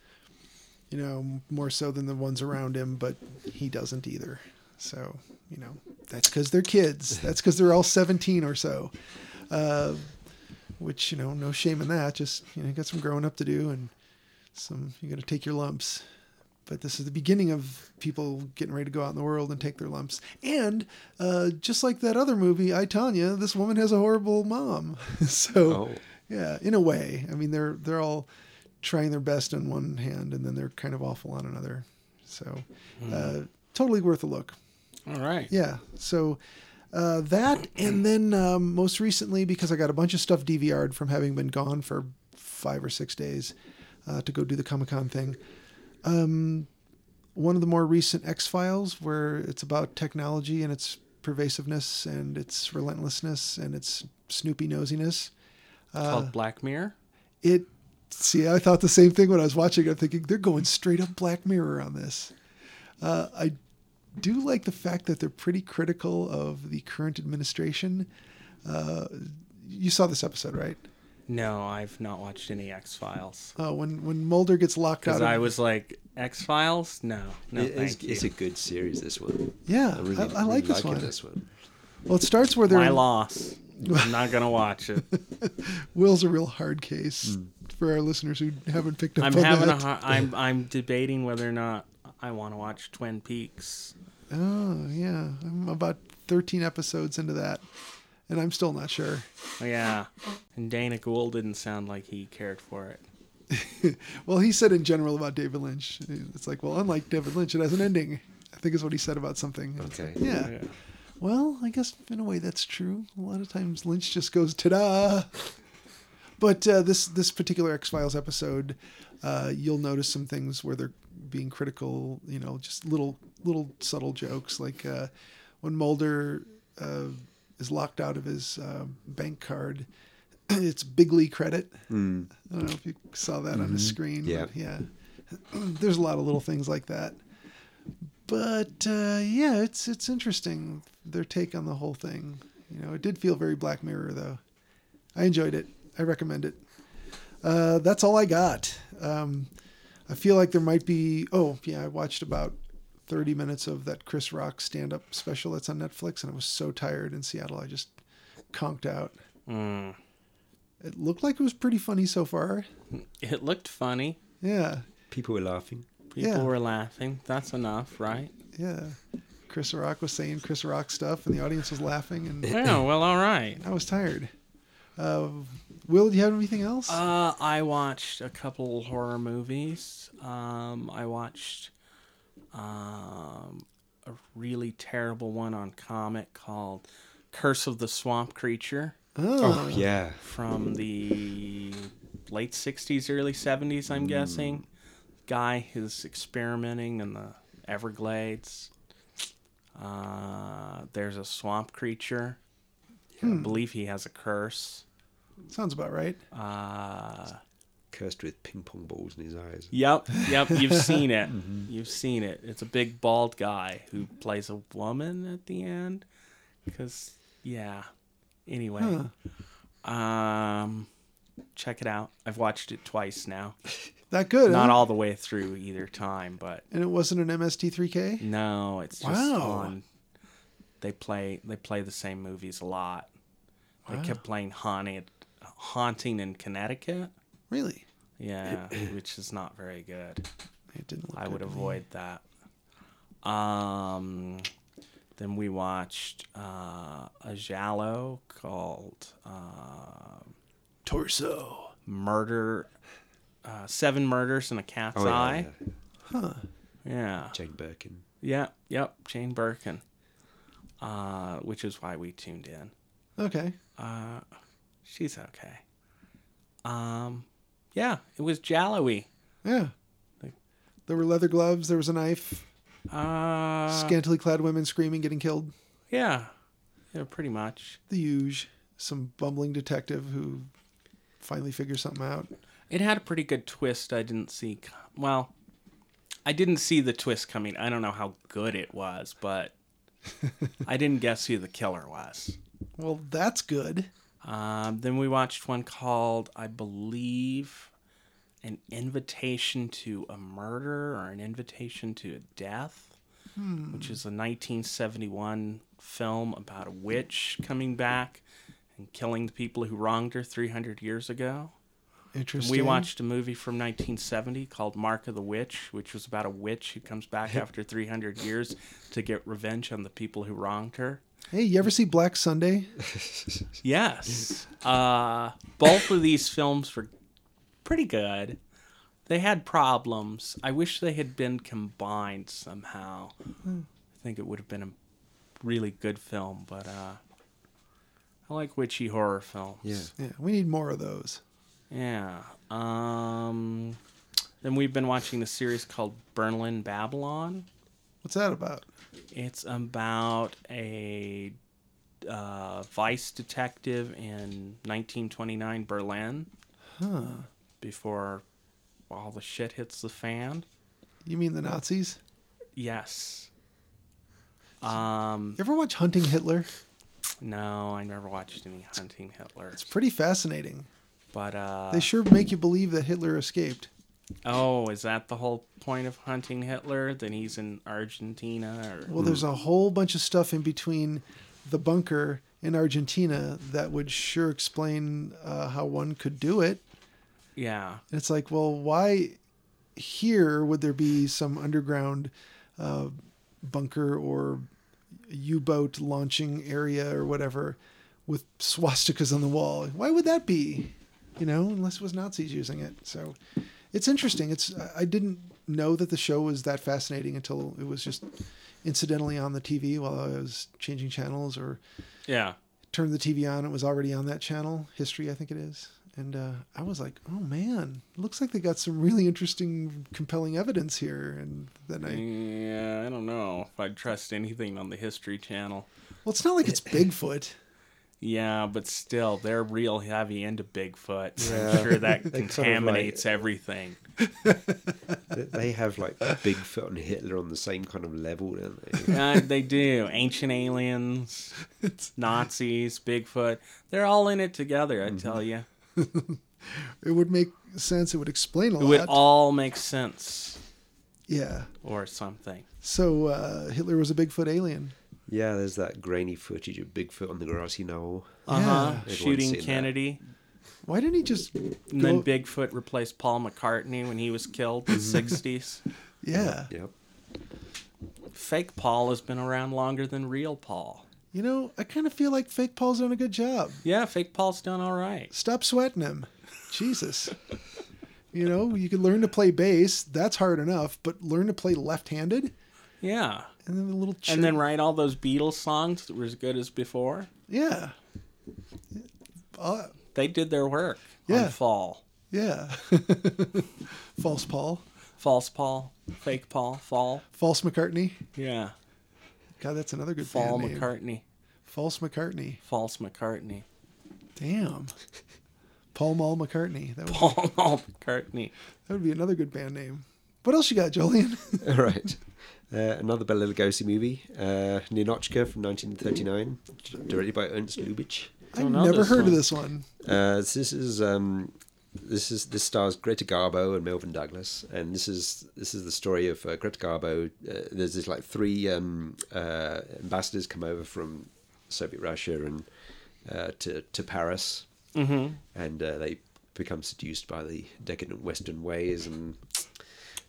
A: you know, more so than the ones around him, but he doesn't either. So, you know, that's because they're kids. That's because they're all 17 or so. Uh, which, you know, no shame in that. Just, you know, you got some growing up to do and some, you got to take your lumps but this is the beginning of people getting ready to go out in the world and take their lumps. And uh, just like that other movie, I Tanya, this woman has a horrible mom. so
C: Oh.
A: yeah, in a way, I mean they're they're all trying their best on one hand, and then they're kind of awful on another. So uh, totally worth a look.
B: All right.
A: Yeah. So uh, that, and then um, most recently, because I got a bunch of stuff DVR'd from having been gone for five or six days uh, to go do the Comic Con thing. Um, one of the more recent X Files, where it's about technology and its pervasiveness and its relentlessness and its snoopy nosiness.
B: It's called Black Mirror.
A: It. See, I thought the same thing when I was watching. it. I'm thinking they're going straight up Black Mirror on this. Uh, I do like the fact that they're pretty critical of the current administration. Uh, you saw this episode, right?
B: No, I've not watched any X Files.
A: Uh, when when Mulder gets locked out.
B: Because
A: Of,
B: I was like, X Files? No, no,
C: It- it's,
B: thank you.
C: it's a good series. This one.
A: yeah,
C: I
A: I,
C: really,
A: I,
C: really
A: like this
C: liking
A: one.
C: This one.
A: Well, it starts where they're
B: My loss. I'm not gonna watch it.
A: Will's a real hard case for our listeners who haven't picked up
B: Hmm.
A: on
B: I'm having a
A: that.
B: hard. I'm I'm debating whether or not I want to watch Twin Peaks.
A: oh yeah, I'm about 13 episodes into that, and I'm still not sure.
B: Oh, Yeah, and Dana Gould didn't sound like he cared for it.
A: Well, he said in general about David Lynch, it's like, well, unlike David Lynch, it has an ending. I think is what he said about something. It's
C: Okay.
A: like, yeah.
B: Yeah.
A: Well, I guess in a way that's true. A lot of times Lynch just goes, ta da! But uh, this this particular X Files episode, uh, you'll notice some things where they're being critical. You know, just little little subtle jokes like uh, when Mulder uh, is locked out of his uh, bank card. It's Bigley credit. I don't know if you saw that on the screen.
C: Yeah.
A: but yeah. There's a lot of little things like that. But uh, yeah, it's it's interesting their take on the whole thing. You know, it did feel very Black Mirror though. I enjoyed it. I recommend it. Uh, that's all I got. Um, I feel like there might be. Oh yeah, I watched about thirty minutes of that Chris Rock stand-up special that's on Netflix, and I was so tired in Seattle, I just conked out.
B: Mm.
A: It looked like it was pretty funny so far.
B: It looked funny.
A: Yeah,
C: People were laughing.
B: People
A: Yeah.
B: were laughing. That's enough, right?
A: yeah. Chris Rock was saying Chris Rock stuff, and the audience was laughing, and
B: Oh, well, all right.
A: I was tired. Uh, Will, do you have anything else?
B: Uh, I watched a couple horror movies. Um, I watched um, a really terrible one on Comet called Curse of the Swamp Creature
A: oh,
C: Yeah.
B: from the late 60s, early 70s, I'm guessing. Guy is experimenting in the Everglades. Uh, there's a swamp creature. I believe he has a curse. oh.
A: sounds about right.
B: Uh,
C: Cursed with ping pong balls in his eyes.
B: Yep, yep, you've seen it. You've seen it. It's a big bald guy who plays a woman at the end. Because, yeah. Anyway, um, check it out. I've watched it twice now.
A: That good.
B: Not
A: huh?
B: all the way through either time, but
A: And it wasn't an MST3K.
B: no, it's just
A: Wow.
B: on. They play they play the same movies a lot. They kept playing Haunted, Haunting in Connecticut.
A: Really?
B: Yeah, which is not very good.
A: It didn't. Look
B: I
A: good
B: would
A: to me.
B: avoid that. Um, then we watched uh, a Jallo called uh,
A: torso.
B: "Murder," uh, seven murders in a cat's
C: Oh, yeah,
B: eye.
C: yeah.
B: Yeah,
C: Jane Birkin.
B: yeah, yep. Jane Birkin, uh, which is why we tuned in.
A: Okay.
B: She's okay. Um, yeah, it was Jallo-y.
A: Yeah. There were leather gloves. There was a knife.
B: Uh,
A: scantily clad women screaming, getting killed.
B: yeah, yeah, pretty much.
A: The huge. Some bumbling detective who finally figures something out.
B: It had a pretty good twist. I didn't see. co- Well, I didn't see the twist coming. I don't know how good it was, but I didn't guess who the killer was.
A: Well, that's good.
B: Um, then we watched one called, I believe, an invitation to a murder or an invitation to a death, which is a 1971 film about a witch coming back and killing the people who wronged her 300 years ago.
A: Interesting.
B: We watched a movie from 1970 called Mark of the Witch, which was about a witch who comes back after 300 years to get revenge on the people who wronged her.
A: Hey, you ever see Black Sunday?
B: Yes. Uh, both of these films were pretty good. They had problems. I wish they had been combined somehow. I think it would have been a really good film, but uh, I like witchy horror films.
C: Yeah.
A: Yeah, we need more of those.
B: Yeah. Um, then we've been watching the series called Berlin Babylon.
A: What's that about?
B: It's about a uh, vice detective in 1929 Berlin. Before all the shit hits the fan.
A: You mean the Nazis?
B: Yes. Um,
A: You ever watch Hunting Hitler?
B: no, I never watched any Hunting Hitler.
A: Pretty fascinating.
B: But, uh,
A: They sure make you believe that Hitler escaped.
B: oh, is that the whole point of Hunting Hitler? That he's in Argentina or.
A: Well, there's a whole bunch of stuff in between the bunker in Argentina that would sure explain uh, how one could do it.
B: Yeah.
A: And it's like, well, why here would there be some underground uh, bunker or U boat launching area or whatever with swastikas on the wall? Why would that be? You know, unless it was Nazis using it. So it's interesting. It's I- I didn't know that the show was that fascinating until it was just incidentally on the TV while I was changing channels or
B: Yeah.
A: turned the TV on. It was already on that channel, History, I think it is, and uh, I was like, "Oh man, looks like they got some really interesting, compelling evidence here." And then
B: Mm.
A: I,
B: Yeah, I don't know if I'd trust anything on the History Channel.
A: well, it's not like it's Bigfoot.
B: Yeah, but still, they're real heavy into Bigfoot.
C: Yeah.
B: I'm sure that
C: kind of like-
B: contaminates everything.
C: They- They have like Bigfoot and Hitler on the same kind of level, don't they?
B: Uh, they do. Ancient aliens, Nazis, Bigfoot. They're all in it together, I tell you.
A: It would make sense. It would explain a
B: It
A: lot.
B: would all make sense
A: yeah.
B: or something.
A: So uh, Hitler was a Bigfoot alien.
C: Yeah, there's that grainy footage of Bigfoot on the grassy knoll.
B: Uh huh.
C: Yeah. Everyone's
B: Shooting
C: seen that.
B: Kennedy.
A: Why didn't he just?
B: And then
A: Go-
B: Bigfoot replaced Paul McCartney when he was killed in the 60s.
A: Yeah.
C: Yep.
B: Fake Paul has been around longer than real Paul.
A: You know, I kind of feel like fake Paul's done a good job.
B: Yeah, fake Paul's done all right.
A: Stop sweating him. Jesus. You know, you can learn to play bass. That's hard enough, but learn to play left-handed,
B: Yeah.
A: and then a little. Chir-
B: And then write all those Beatles songs that were as good as before.
A: yeah, uh,
B: They did their work
A: Yeah.
B: on Fall.
A: yeah. False Paul,
B: False Paul, fake Paul, Fall.
A: false McCartney.
B: Yeah.
A: God, that's another good
B: Fall
A: band name.
B: McCartney.
A: False McCartney.
B: False McCartney.
A: Damn. Paul Mall McCartney. That would,
B: Paul Paul McCartney.
A: that would be another good band name. What else you got, Jolien?
C: All right. Uh, another Bela Lugosi movie, uh, Ninochka from 1939, d- directed by Ernst Lubitsch.
A: I've
B: know
A: never
B: this
A: heard of
B: one.
A: this one.
C: Uh, so this is um, this is this stars Greta Garbo and Melvin Douglas, and this is this is the story of uh, Greta Garbo. Uh, there's this like three um, uh, ambassadors come over from Soviet Russia and uh, to to Paris, mm-hmm. and uh, they become seduced by the decadent Western ways, and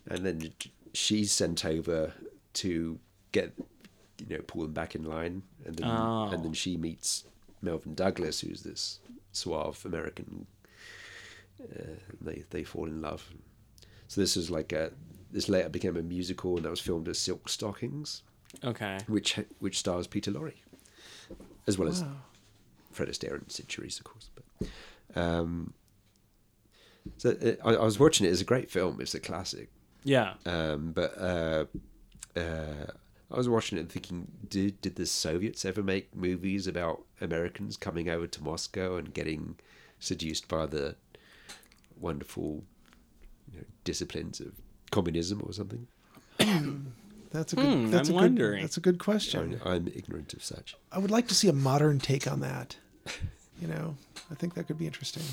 C: and then she's sent over to get you know pull them back in line, and then
B: Oh.
C: and then she meets Melvin Douglas, who's this suave American. Uh, they they fall in love. So this is like a this later became a musical, and that was filmed as Silk Stockings,
B: Okay.
C: which which stars Peter Lorre, as well as
A: Wow.
C: Fred Astaire and Sid Charisse, of course. But um, so uh, I, I was watching it. It's a great film. It's a classic
B: Yeah.
C: um, but uh, uh, I was watching it and thinking, did did the Soviets ever make movies about Americans coming over to Moscow and getting seduced by the wonderful you know, disciplines of communism or something?
A: That's a good.
B: Hmm,
A: that's
B: I'm
A: a good,
B: wondering.
A: That's a good question.
C: I'm, I'm ignorant of such.
A: I would like to see a modern take on that. You know, I think that could be interesting.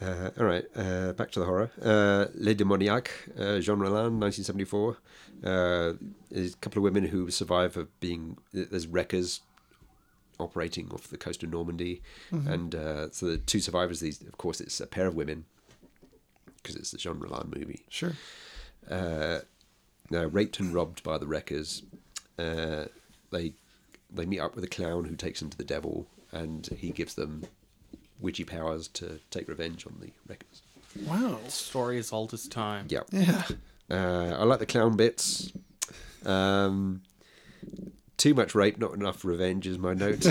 C: Uh, all right, uh, back to the horror. Uh, Les Demoniaques, uh, Jean Rollin, 1974. Uh, there's a couple of women who survive of being there's wreckers operating off the coast of Normandy, and uh, so the two survivors. These, of course, it's a pair of women because it's the Jean Rollin movie.
A: Sure.
C: Now raped and robbed by the wreckers, uh, they they meet up with a clown who takes them to the devil, and he gives them witchy powers to take revenge on the wreckers.
A: Wow.
B: Story as old as time.
C: Yeah.
A: Yeah.
C: Uh, I like the clown bits. Um, too much rape, not enough revenge is my note.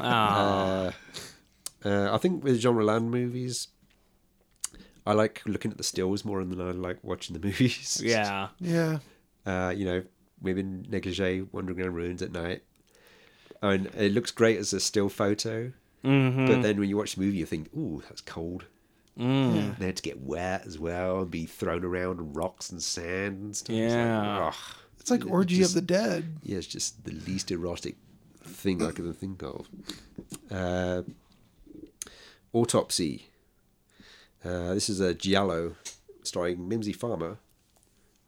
B: Ah.
C: uh, I think with genre land movies, I like looking at the stills more than I like watching the movies.
B: yeah.
A: Yeah.
C: Uh, you know, women negligee wandering around ruins at night. I mean, it looks great as a still photo,
B: Mm-hmm.
C: but then when you watch the movie, you think, "Ooh, that's cold."
B: Mm.
A: Yeah.
C: They had to get wet as well and be thrown around on rocks and sand and stuff. It's like,
B: Yeah.
C: ugh.
A: It's like orgy
C: Just-
A: of the dead.
C: yeah, it's just the least erotic thing I could think of. Uh, autopsy. Uh, this is a giallo starring Mimsy Farmer,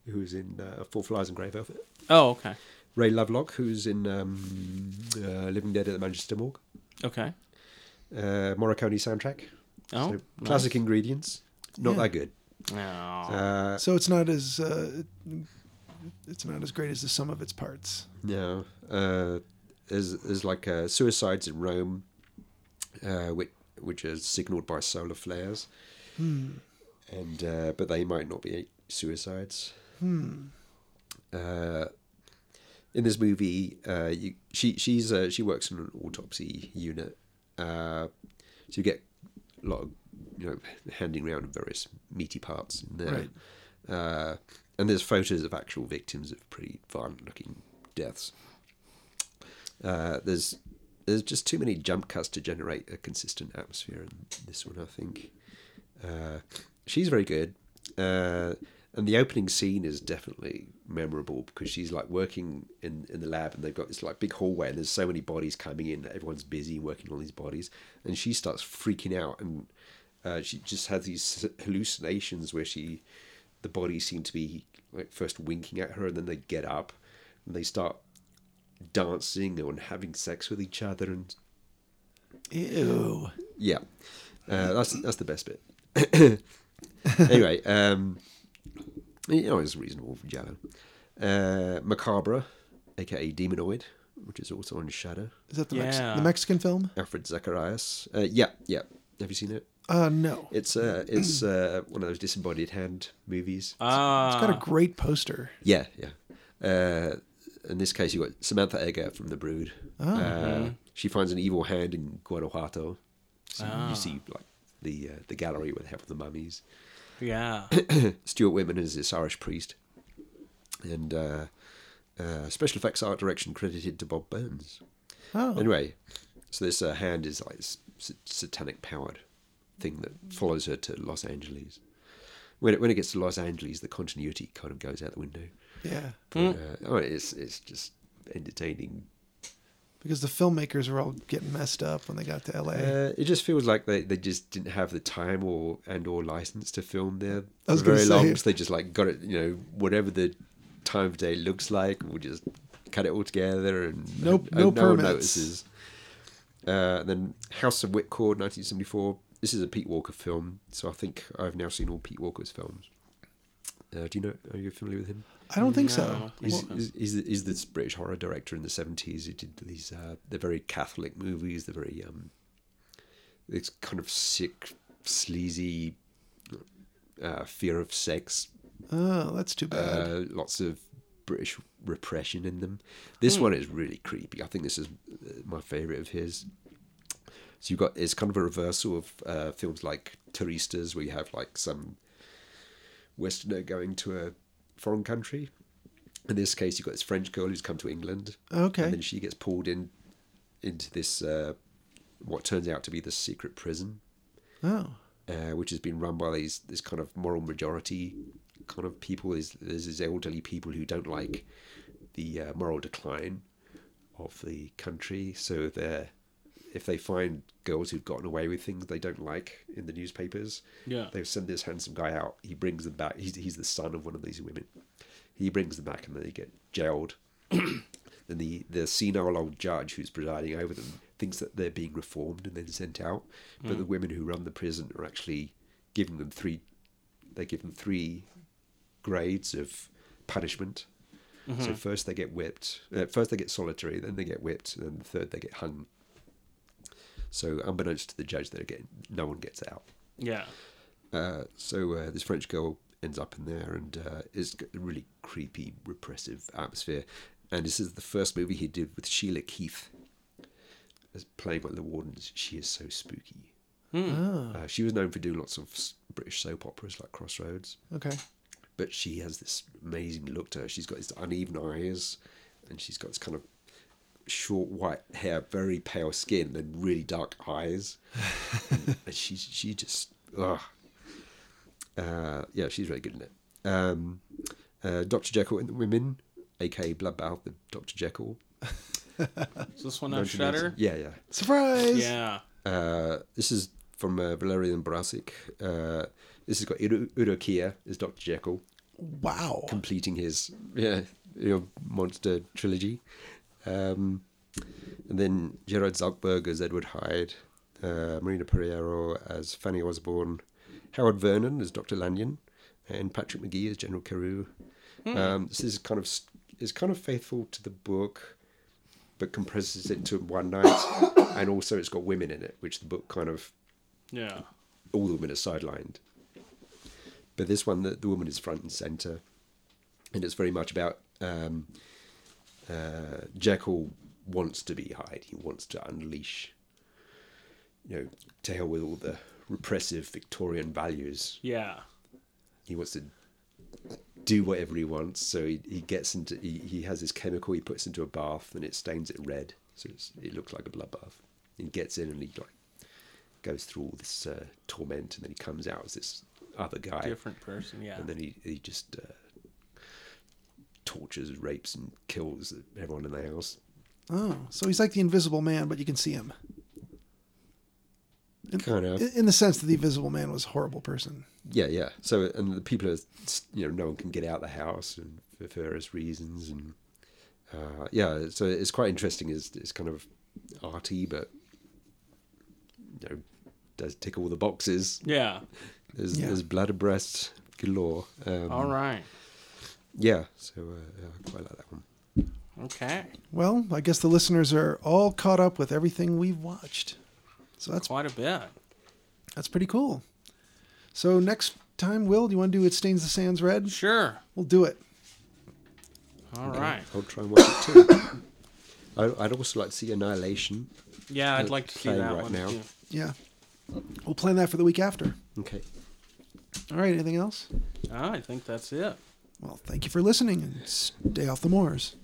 C: who's in uh, Four Flies and Grey Velvet.
B: Oh, okay.
C: Ray Lovelock, who's in um, uh, Living Dead at the Manchester Morgue.
B: Okay.
C: Uh, Morricone soundtrack.
B: Oh, nice.
C: classic ingredients. Not
A: Yeah.
C: that good.
B: Oh.
C: Uh,
A: So it's not as uh, it's not as great as the sum of its parts.
C: No, uh, there's there's like uh, suicides in Rome, uh, which which are signalled by solar flares, and uh, but they might not be suicides. Uh, in this movie, uh, you, she she's uh, she works in an autopsy unit, uh, so you get a lot of you know handing around of various meaty parts in there.
A: Right.
C: Uh, and there's photos of actual victims of pretty violent looking deaths. Uh, there's there's just too many jump cuts to generate a consistent atmosphere in this one, I think. Uh, she's very good. Uh, and the opening scene is definitely memorable because she's like working in, in the lab and they've got this like big hallway and there's so many bodies coming in that everyone's busy working on these bodies and she starts freaking out and uh, she just has these hallucinations where she the bodies seem to be like first winking at her and then they get up and they start dancing and having sex with each other and
A: Ew.
C: yeah, uh, that's that's the best bit. anyway, um, you know, it's reasonable for Jello. Uh, Macabre, aka Demonoid, which is also on Shadow.
A: Is that the, Mex-
B: Yeah.
A: the Mexican film?
C: Alfred Zacharias. Uh, yeah, yeah. Have you seen it?
A: Uh, no.
C: It's uh, it's uh, one of those disembodied hand movies.
B: Ah,
A: It's got a great poster.
C: Yeah, yeah. Uh, in this case, you got Samantha Egger from The Brood. uh, She finds an evil hand in Guanajuato. So You see, like the uh, the gallery where they have the mummies.
B: yeah.
C: Stuart Whitman is this Irish priest, and uh, uh, special effects art direction credited to Bob Burns.
A: Oh.
C: Anyway, so this uh, hand is like s- s- satanic powered thing that follows her to Los Angeles. When it, when it gets to Los Angeles, the continuity kind of goes out the window.
A: Yeah.
C: But, uh, oh, it's it's just entertaining.
A: Because the filmmakers were all getting messed up when they got to LA.
C: Uh, it just feels like they, they just didn't have the time or and or license to film there
A: I was
C: for
A: gonna
C: very
A: say.
C: long. So they just like got it, you know, whatever the time of day looks like, we'll just cut it all together and
A: No-
C: and
A: no permits.
C: Uh, then House of Whitcord, 1974. This is a Pete Walker film, so I think I've now seen all Pete Walker's films. Uh, do you know? Are you familiar with him?
A: I don't think
B: No.
A: so.
C: He's, he's, he's, he's this British horror director in the seventies who did these uh, the very Catholic movies, the very um, it's kind of sick, sleazy, uh, fear of sex,
A: Oh, that's too bad.
C: uh, lots of British repression in them. This one is really creepy. I think this is uh, my favorite of his. So you've got it's kind of a reversal of uh, films like Turistas, where you have like some Westerner going to a foreign country. In this case, you've got this French girl who's come to England.
A: Okay.
C: And then she gets pulled in into this uh, what turns out to be the secret prison
A: oh.
C: uh, which has been run by these this kind of moral majority kind of people. There's, there's these elderly people who don't like the uh, moral decline of the country, so they're if they find girls who've gotten away with things they don't like in the newspapers,
B: Yeah.
C: they send this handsome guy out. He brings them back. He's, he's the son of one of these women. He brings them back, and they get jailed. And the, the senile old judge who's presiding over them thinks that they're being reformed and then sent out. But the women who run the prison are actually giving them three. They give them three grades of punishment. So first they get whipped. Uh, first they get solitary, then they get whipped, and then the third they get hung. So unbeknownst to the judge, they're getting no one gets out.
B: yeah.
C: Uh, so uh, this French girl ends up in there, and uh, it's got a really creepy, repressive atmosphere. And this is the first movie he did with Sheila Keith as playing one of the wardens. She is so spooky. Uh, she was known for doing lots of s- British soap operas like Crossroads,
A: Okay.
C: but she has this amazing look to her. She's got these uneven eyes, and she's got this kind of short white hair, very pale skin, and really dark eyes. and she she just ugh. Uh, yeah, she's very good in it. Um, uh, Doctor Jekyll and the Women, aka Bloodbath of Doctor Jekyll.
B: Is this one on Shutter?
C: Yeah, yeah.
A: Surprise.
B: Yeah.
C: Uh, this is from uh, Valerian Barasic. Uh, this has got Uro- Urokia as Doctor Jekyll.
A: Wow.
C: completing his yeah you know, monster trilogy, um, and then Gerard Zuckberg as Edward Hyde, uh, Marina Pereiro as Fanny Osborne, Howard Vernon as Doctor Lanyon, and Patrick McGee as General Carew. Um, this is kind of s- is kind of faithful to the book, but compresses it to one night, and also it's got women in it, which the book kind of
B: Yeah.
C: all the women are sidelined. But this one, the, the woman is front and center, and it's very much about um, uh, Jekyll wants to be Hyde. He wants to unleash, you know, to hell with all the repressive Victorian values.
B: Yeah.
C: He wants to do whatever he wants, so he, he gets into he, he has this chemical he puts into a bath and it stains it red, so it's, it looks like a bloodbath. He gets in and he like goes through all this uh, torment, and then he comes out as this other guy,
B: Different person. Yeah.
C: and then he he just uh, tortures, rapes, and kills everyone in the house.
A: Oh, so he's like the Invisible Man, but you can see him.
C: Kind of.
A: In in the sense that the Invisible Man was a horrible person.
C: Yeah, yeah. So, and the people are, you know, no one can get out of the house and for various reasons, and uh, yeah. So it's quite interesting. It's, it's kind of arty, but you know, does tick all the boxes.
B: yeah.
C: There's
A: Yeah.
C: there's blood abreast galore. Um,
B: All right.
C: Yeah. So uh, yeah, I quite like that one.
B: Okay.
A: Well, I guess the listeners are all caught up with everything we've watched. So that's
B: Quite a bit.
A: that's pretty cool. So next time, Will, do you want to do It Stains the Sands Red?
B: Sure.
A: We'll do it.
B: All right.
C: I'll try and watch it too. I, I'd also like to see Annihilation.
B: Yeah, I'd
C: It's
B: like to see
C: playing
B: that
C: right
B: one
C: now.
B: too.
A: Yeah. We'll plan that for the week after.
C: Okay.
A: All right, anything else?
B: Ah, I think that's it.
A: Well, thank you for listening and stay off the moors.